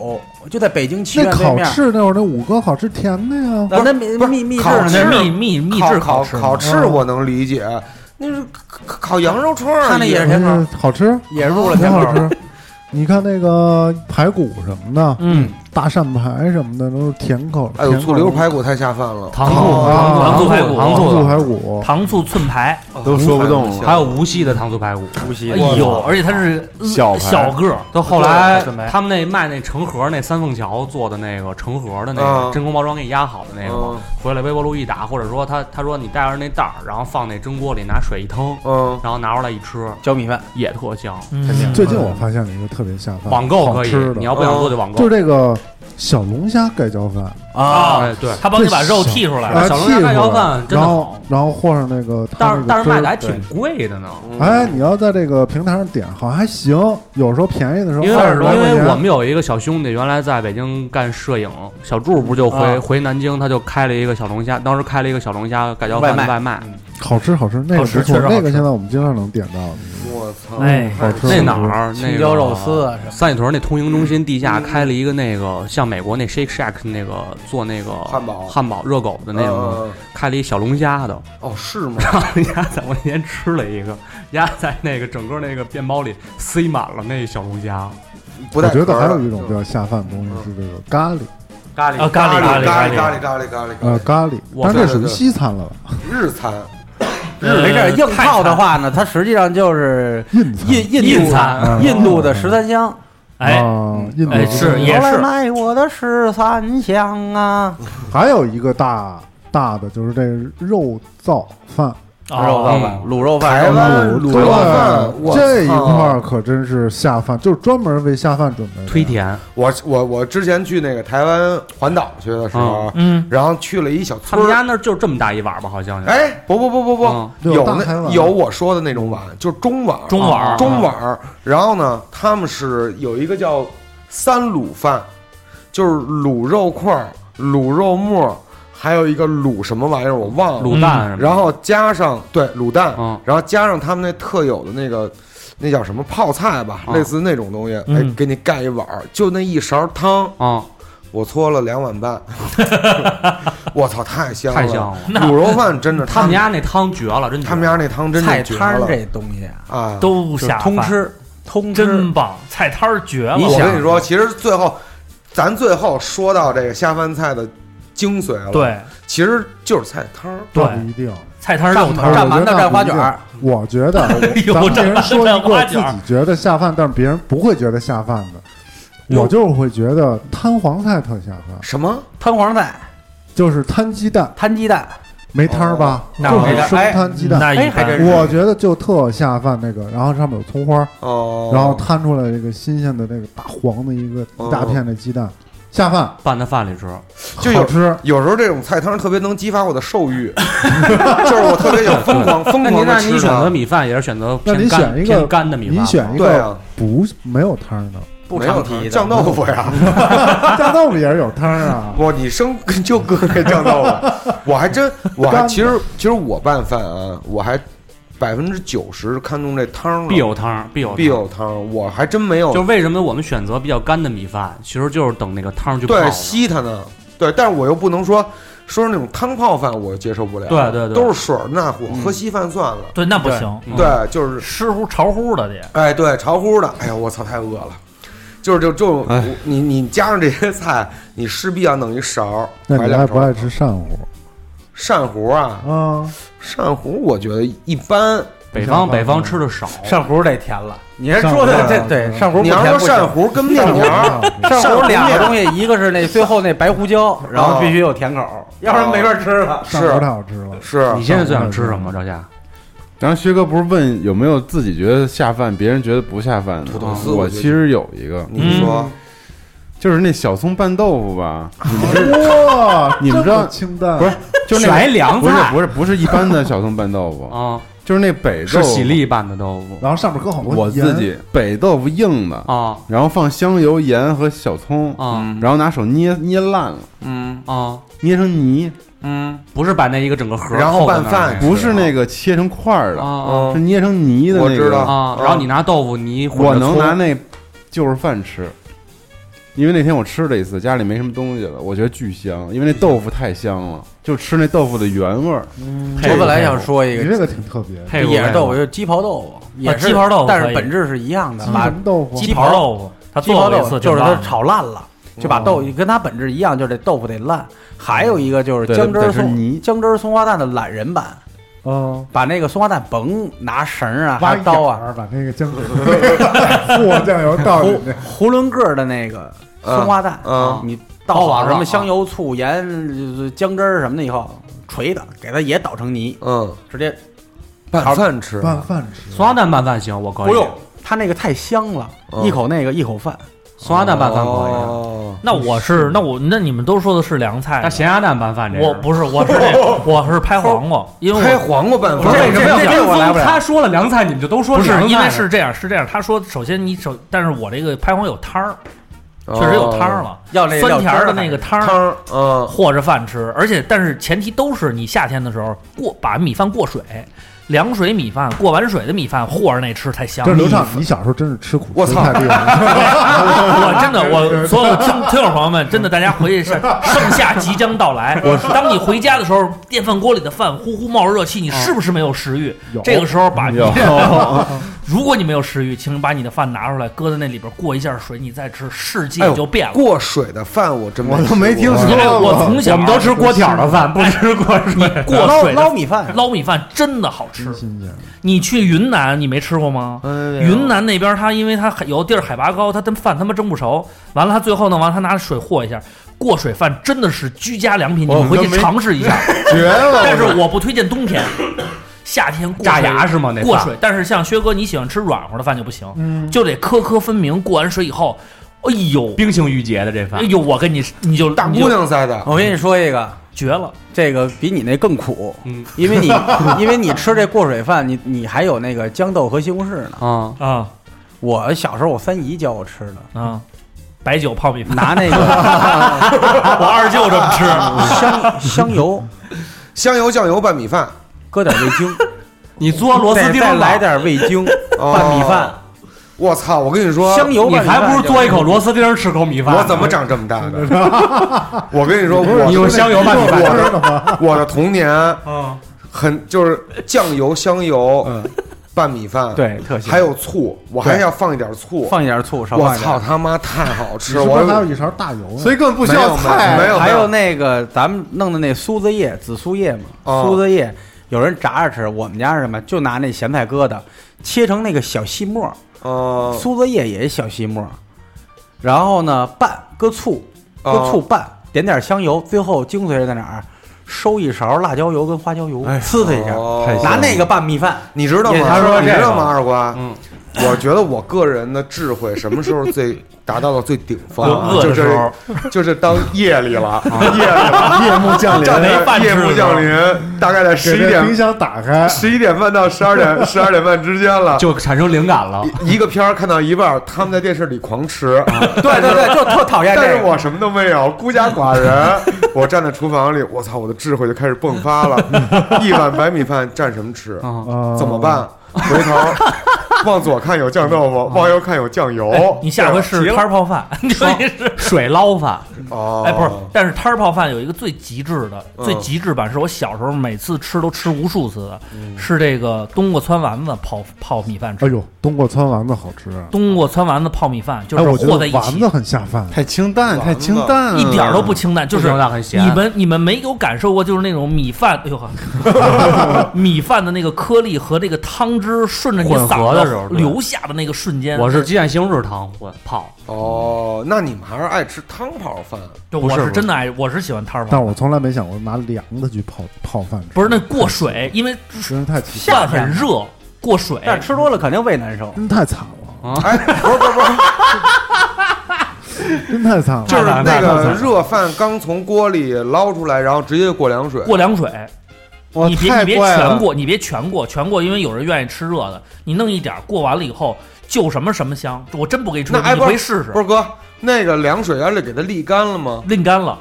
就在北京棋那院对烤面。翅那会儿那五哥好吃甜的呀，啊那秘秘秘制烤的翅那是秘秘秘烤制烤翅，烤翅我能理解，那是烤烤羊肉串儿，他那也是但甜口是，哎好吃，嗯也入了挺甜好口。吃。你看那个排骨什么的，嗯，大扇排什么的都是甜口。哎呦，甜口醋溜排骨太下饭了，糖醋嗯啊糖醋排糖骨，糖醋排排骨，骨，糖醋啊寸排，都说不动了还有无锡的糖醋排骨。呼吸哎呦，而且它是小牌小个儿，到后来准备他们那卖那成盒儿那三凤桥做的那个成盒儿的那啊个真空包装给你压好的那个嗯嘛，回来微波炉一打，或者说他他说你带着那袋儿，然后放那蒸锅里拿水一腾，嗯，然后拿出来一吃小米饭，也特香。嗯最近我发现了一个特别下饭，网购好可以吃，你的，要不想做就网购就。这个小龙虾盖浇饭，啊哎，对，他帮你把肉剔出来哎了，啊小龙剔虾出盖浇来饭真的然后好然后和上那个，它但是那个但是卖的还汁儿挺贵的呢，对哎，你要在这个平台上点，好像还行，有时候便宜的时候因为二十多因块为我钱们。有一个小兄弟，原来在北京干摄影，小柱不就回啊回南京，他就开了一个小龙虾，当时开了一个小龙虾盖浇饭外的卖嗯外卖，好吃好吃，那个好不错，吃确实好吃那个现在我们经常能点到的，嗯我操，哎好吃。那哪好吃？儿？那青个椒肉丝啊什么嗯三里屯那通营中心地下开了一个那个像美国那 Shake Shack 那个做那个汉堡汉堡热狗的那呃个，嗯开了一小龙虾的。哦是吗？然后丫在我那天吃了一个，丫在那个整个那个面包里塞满了那小龙虾，嗯不我带觉壳得还儿的有一种比较下饭的东西是这个咖喱，咖啊喱咖喱咖喱嗯咖喱咖喱咖喱咖喱呃，咖咖喱，嗯哇但这属对对于对西餐 了吧？日餐，呃没事儿，硬太套的惨话呢，它实际上就是印餐印嗯印印度餐的嗯印度的十三香。嗯哎，啊印度哎的是也我来卖我的十三香啊！还有一个大大的就是这肉燥饭，哎肉哦，燥饭、卤肉饭、台肉燥湾嗯卤肉饭，对我这一操块儿可真是下饭，就是专门为下饭准备的忒。甜，我我我之前去那个台湾环岛去的时候，嗯，然后去了一小他村们儿家，那儿就这么大一碗吧，好像是。哎，不不不不嗯不，有有大海那碗有我说的那种碗，就是中碗，啊中碗儿中碗儿。然后呢，他们是有一个叫三卤饭，就是卤肉块儿、卤肉末儿，还有一个卤什么玩意儿我忘了，卤嗯蛋什么的，然后加上对卤蛋，嗯然后加上他们那特有的那个。那叫什么泡菜吧，嗯类似那种东西，哎嗯，给你盖一碗儿，就那一勺汤，啊，我搓了两碗 半，我操，太香了！太香了卤肉饭真的，他们们家那汤绝了，真绝他们家那汤真菜的绝摊儿了这东西啊，啊！都就是下通饭，吃，通吃。真棒，菜摊儿绝了你，我想跟你说，其实最后，咱最后说到这个下饭菜的精髓了，，对其实就是菜摊儿，对那，不一定，菜摊儿肉蘸我摊儿，蘸觉馒得头、蘸花卷儿，我觉得 哎呦咱们这人说一蘸花个自卷儿己觉得下饭，但是别人不会觉得下饭的，我就是会觉得摊黄菜特下饭，什么摊黄菜、就是摊鸡蛋摊鸡蛋，没摊儿吧，那就没是摊儿生哎摊鸡蛋。那一哎还般真是我觉得就特下饭那个，然后上面有葱花，哦，然后摊出来这个新鲜的那个大黄的一个一大片的鸡蛋，下饭拌在饭里吃，就有好吃。有时候这种菜摊儿特别能激发我的兽 欲，就是我特别想疯狂疯那狂您的那吃你选择它。米饭也是选择那你偏干选一个偏干的米饭你吗，选一对个啊，不没有摊儿的，不没有常摊儿提的酱豆腐呀！大豆腐也是有摊儿啊。不，你生就搁这酱豆腐， 我还真，我还其实其实我拌饭啊，我还百分之九十看重这汤了，必有汤儿，必有必汤儿有汤，我还真没有就为什么我们选择比较干的米饭，其实就是等那个汤去泡对了。吸它呢，对，但是我又不能说说是那种汤泡饭，我接受不了，对对对都是水儿，那我喝稀饭算了，对，那不行，嗯对，就是湿乎潮乎的得，哎，对，潮乎的，哎呀，我操，太饿了。就是就这种，哎你你加上这些菜，你势必要弄一勺儿，那买你两爱勺不爱儿吃扇糊扇糊啊？啊？扇糊我觉得一般，北方北方吃的的嗯少，上壶得甜了。你是上说壶的啊这对对上壶不你要甜说不扇行糊跟面条，上上壶壶两个面东西，一个是那最后那白胡椒，然后必须有甜口，哦要不然没法吃了。上是火太好吃了，是你现在最想吃什么？赵夏，然后薛哥不是问有没有自己觉得下饭，别人觉得不下饭的？土豆丝我我觉得其实有一个，你说就是那小葱拌豆腐吧，哇，你们知道 这么清淡不是，就是那全凉不是菜不是不是一般的小葱拌豆腐，啊，就是那北豆是腐喜，力拌的豆腐然后上面搁好多我自盐己北豆腐硬的，啊然后放香油、盐和小葱，啊然后拿手捏捏烂了，嗯啊，捏成泥，嗯不是把那一个整个盒儿然后扣在那儿拌饭那个不是那个切成块儿的，啊是嗯，捏成泥的我那知个道。啊，然后你拿豆腐泥混我着能葱拿那就是饭吃，因为那天我吃了一次，家里没什么东西了，我觉得巨香，因为那豆腐太香了，就吃那豆腐的原味儿。配我本来想说一你个，这个挺特别，配也是豆腐，腐就是鸡刨豆腐，也是鸡刨豆腐但可是以本质是一样的。鸡把什么豆腐？鸡鸡刨豆腐，他鸡做刨过豆一腐次，就是他它炒烂了，就把豆跟它本质一样，就是这豆腐得烂。还有一个就是对姜汁得儿是松泥姜汁儿松花蛋的懒人版，啊，把那个松花蛋甭拿绳儿啊、挖还一刀眼啊，儿，把那个姜汁和酱油倒进囫去，囫囵个儿的那个松花蛋，嗯你倒包完好了什啊么香油、醋、盐、呃姜汁儿什么的以后，锤的给它也捣成泥，嗯，直接拌饭吃，拌饭吃。松花蛋拌饭行，我可以，不用，它那个太香了，嗯一口那个一口饭。松花蛋拌饭可以，啊哦，那我是那我那你们都说的是凉菜但，咸鸭蛋拌饭这我是不是我是 那我是拍黄瓜，因为开我黄瓜拌不是饭，这这这我来不了他说了凉菜，你们就都说不是凉菜因为是这样是这样，他说首先你首但是我这个拍黄有汤儿，确实有汤儿了，要那酸甜儿的那个汤哦儿。汤，嗯，和着饭吃，而且但是前提都是你夏天的时候过把米饭过水，凉水米饭过完水的米饭和着那吃才香。这刘畅，你小时候真是吃苦，我吃操太厉害了。 我真的，我所有的听听友朋友们，真的，大家回去是盛夏即将到来。当你回家的时候，电饭锅里的饭呼呼冒着热气，你是不是没有食欲有？这个时候把你 有，如果你没有食欲，请把你的饭拿出来，搁在那里边过一下水，你再吃，世哎界呦就变了。过水的饭我真我都没没吃听过说因为我过。从小我们都吃锅条的饭，不吃锅水。哎过水的捞捞米饭，捞米饭真的好吃真。嗯新鲜，你去云南，你没吃过吗？啊哎呀云南那边它因为它有地儿海拔高，它跟饭他妈蒸不熟。完了，他最后弄完，他拿水和一下，过水饭真的是居家良品，你哦我们回都去没尝试一 下。绝 了！但是我不推荐冬天，夏天过水炸牙是吗？那过饭水。但是像薛哥，你喜欢吃软和的饭就不行，嗯，就得颗颗分明。过完水以后，哎呦，冰清玉洁的这饭哎，呦，我跟你你就大你就姑娘塞的，我跟你说一个，绝了，这个比你那更苦，嗯因为你因为你吃这过水饭，你你还有那个豇豆和西红柿呢。啊啊我小时候我三姨教我吃的，啊！白酒泡米 饭，拿那个我二舅这么 吃，香香油香油酱油拌米饭，搁点味精，你做螺丝再钉再吧来，点味精哦拌米饭，我操！我跟你说，香油你拌米还饭不如就嘬一口螺丝钉吃口米饭。我怎么？长这么大的？我跟你说，你我用香油拌米饭我知道吗？我的童年嗯很就是酱油、香油拌米饭，，对特香，还有醋，我还要放一点醋。放一点醋，少我放一点操。他妈太好你吃！是不我是还有一勺大油呢？所以根本不需要没菜，有还有那个咱们弄的那苏子叶、紫苏叶嘛，哦苏子叶有人炸着吃，我们家是什么？就拿那咸菜疙瘩切成那个小细末，嗯苏子叶也是小细末，然后呢拌，搁醋，搁哦醋拌，点点香油，最后精髓是在哪儿？收一勺辣椒油跟花椒油，呲它一下，哦拿那个拌米饭。你知道也吗？他说你这知道个吗？二瓜，嗯，我觉得我个人的智慧什么时候最达到了最顶峰啊？饿就的时是候就是当夜里了，夜里了，夜幕降临，站没在饭夜吃幕的降临，大概在十给这一冰点箱打开，十一点半到十二点十二点半之间了，就产生灵感了。一一个片儿看到一半儿，他们在电视里狂吃，对对对，就特讨哎厌这 但个。是我什么都没有，孤家寡人。 我站在厨房里，我操，我的智慧就开始迸发 了。一碗白米饭蘸什么吃？哦啊怎么？办？回头往左看有酱豆腐，往右看有酱油。哦哎你下回试试摊儿泡饭， 你说你是哦水捞饭，哦，哎，不是，但是摊儿泡饭有一个最极致的、嗯最极致版，是我小时候每次吃都吃无数次的，是这个冬瓜汆丸子泡泡米饭嗯吃。哎呦，冬瓜汆丸子好吃啊！冬瓜汆丸子泡米饭就哎，是我觉和得在一丸起，子很下饭，太清淡，太清淡了，一点儿都不清淡，就是那很咸。你们你们没有 感受过，就是那种米饭，哎呦呵，米饭的那个颗粒和这个汤汁顺着你混合嗓的子时候对流下的那个瞬间，我是鸡蛋西红柿汤混泡，哦，那你们还是爱吃汤泡饭，就不我是是真的爱，我是喜欢摊儿饭但，我从来没想过拿凉的去泡泡饭吃，不是那过水，因为真是太奇怪了，饭很热，过水。但是吃多了肯定胃难受。真太惨了，哎，不是不是 不是，真太惨了。就是太那惨个了热饭刚从锅里捞出来，然后直接就过凉水。过凉水，哇哦你别太你别怪了全过，你别全过，全过，因为有人愿意吃热的，你弄一点儿过完了以后就什么什么香，我真不给你吹那，哎你不是回去试试不。是哥，那个凉水要是给它沥干了吗？拎干了，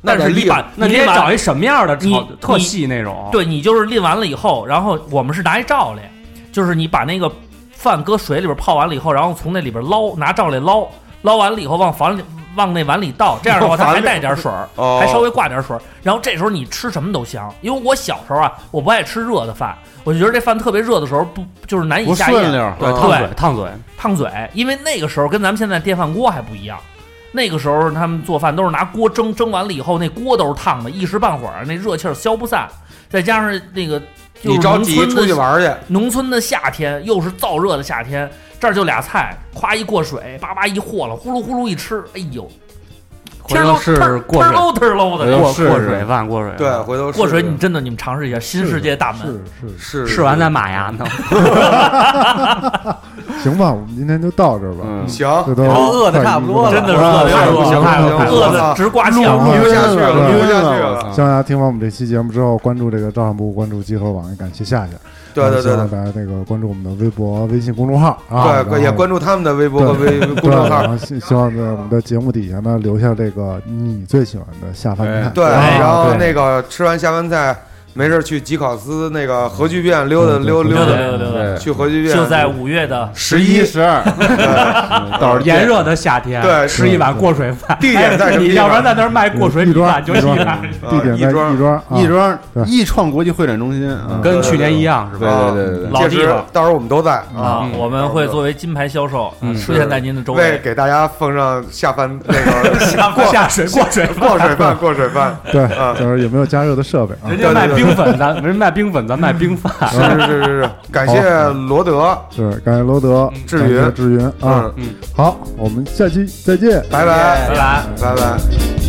那但得是沥你把那你你得把找一什么样的炒你特你细那种，对你就是拎完了以后，然后我们是拿一罩来，就是你把那个饭搁水里边泡完了以后，然后从那里边捞，拿罩来捞，捞完了以后往碗里往那碗里倒，这样的话它还带点水儿，哦还稍微挂点水儿。然后这时候你吃什么都香，因为我小时候啊，我不爱吃热的饭，我就觉得这饭特别热的时候不就是难以不下顺咽，溜，对嗯烫嘴对烫嘴，烫嘴。因为那个时候跟咱们现在电饭锅还不一样。那个时候他们做饭都是拿锅蒸，蒸完了以后那锅都是烫的，一时半会儿那热气儿消不散，再加上那个就你是着农急村出的去玩去，农村的夏天又是燥热的夏天，这儿就俩菜，夸一过水，叭叭一和了，呼噜呼噜一吃，哎呦，回天头儿是过天水儿喽天儿喽回头的。过试试过水饭过水啊对，饭回头试过水，试你真的你们尝试一下新世界大门。是是是吃完再码牙呢。是，行吧，我们今天就到这儿吧。嗯行，这都都饿得差不多了快一个真的是了饿得太太不饿行了了，太饿了的，直刮录墙。录不下去录了，录不不下下去去了了。希望大家听完我们这期节目之后，关注这个照相部，关注集合网，也感谢夏夏。啊对对希对望对。大家这个关注我们的微博、微信公众号啊，对，也关注他们的微博和微微公对，众然号。后希希望在我们的节目底下呢留下这个你最喜欢的下饭菜。对，啊然后对那个吃完下饭菜，没事儿去吉考斯那个核聚变溜达嗯溜对溜溜达达，溜达溜达，对，去核聚变就在五月的十一一，十二，到时候炎热的夏天，对吃一碗过水饭，地点在什么地方 你要不哎然在那儿卖过水一米庄饭，就一是嗯一庄，碗，地点啊一在庄亦庄，啊亦庄对亦创国际会展中心啊，跟去年一样，是吧？啊对对对对老届地时方到时候我们都在啊，啊，我们会作为金牌销售嗯出现在您的周为围。给大家奉上下饭那个过 下水过水饭，过水饭，过水饭。啊对，就是有没有加热的设备啊？人家卖冰粉，咱人家卖冰粉，咱卖冰饭。是是是是是，感谢罗德，是，感谢罗德、嗯志感谢云志云啊。嗯，好，我们下期再见。拜拜嗯拜拜。拜拜。 Thank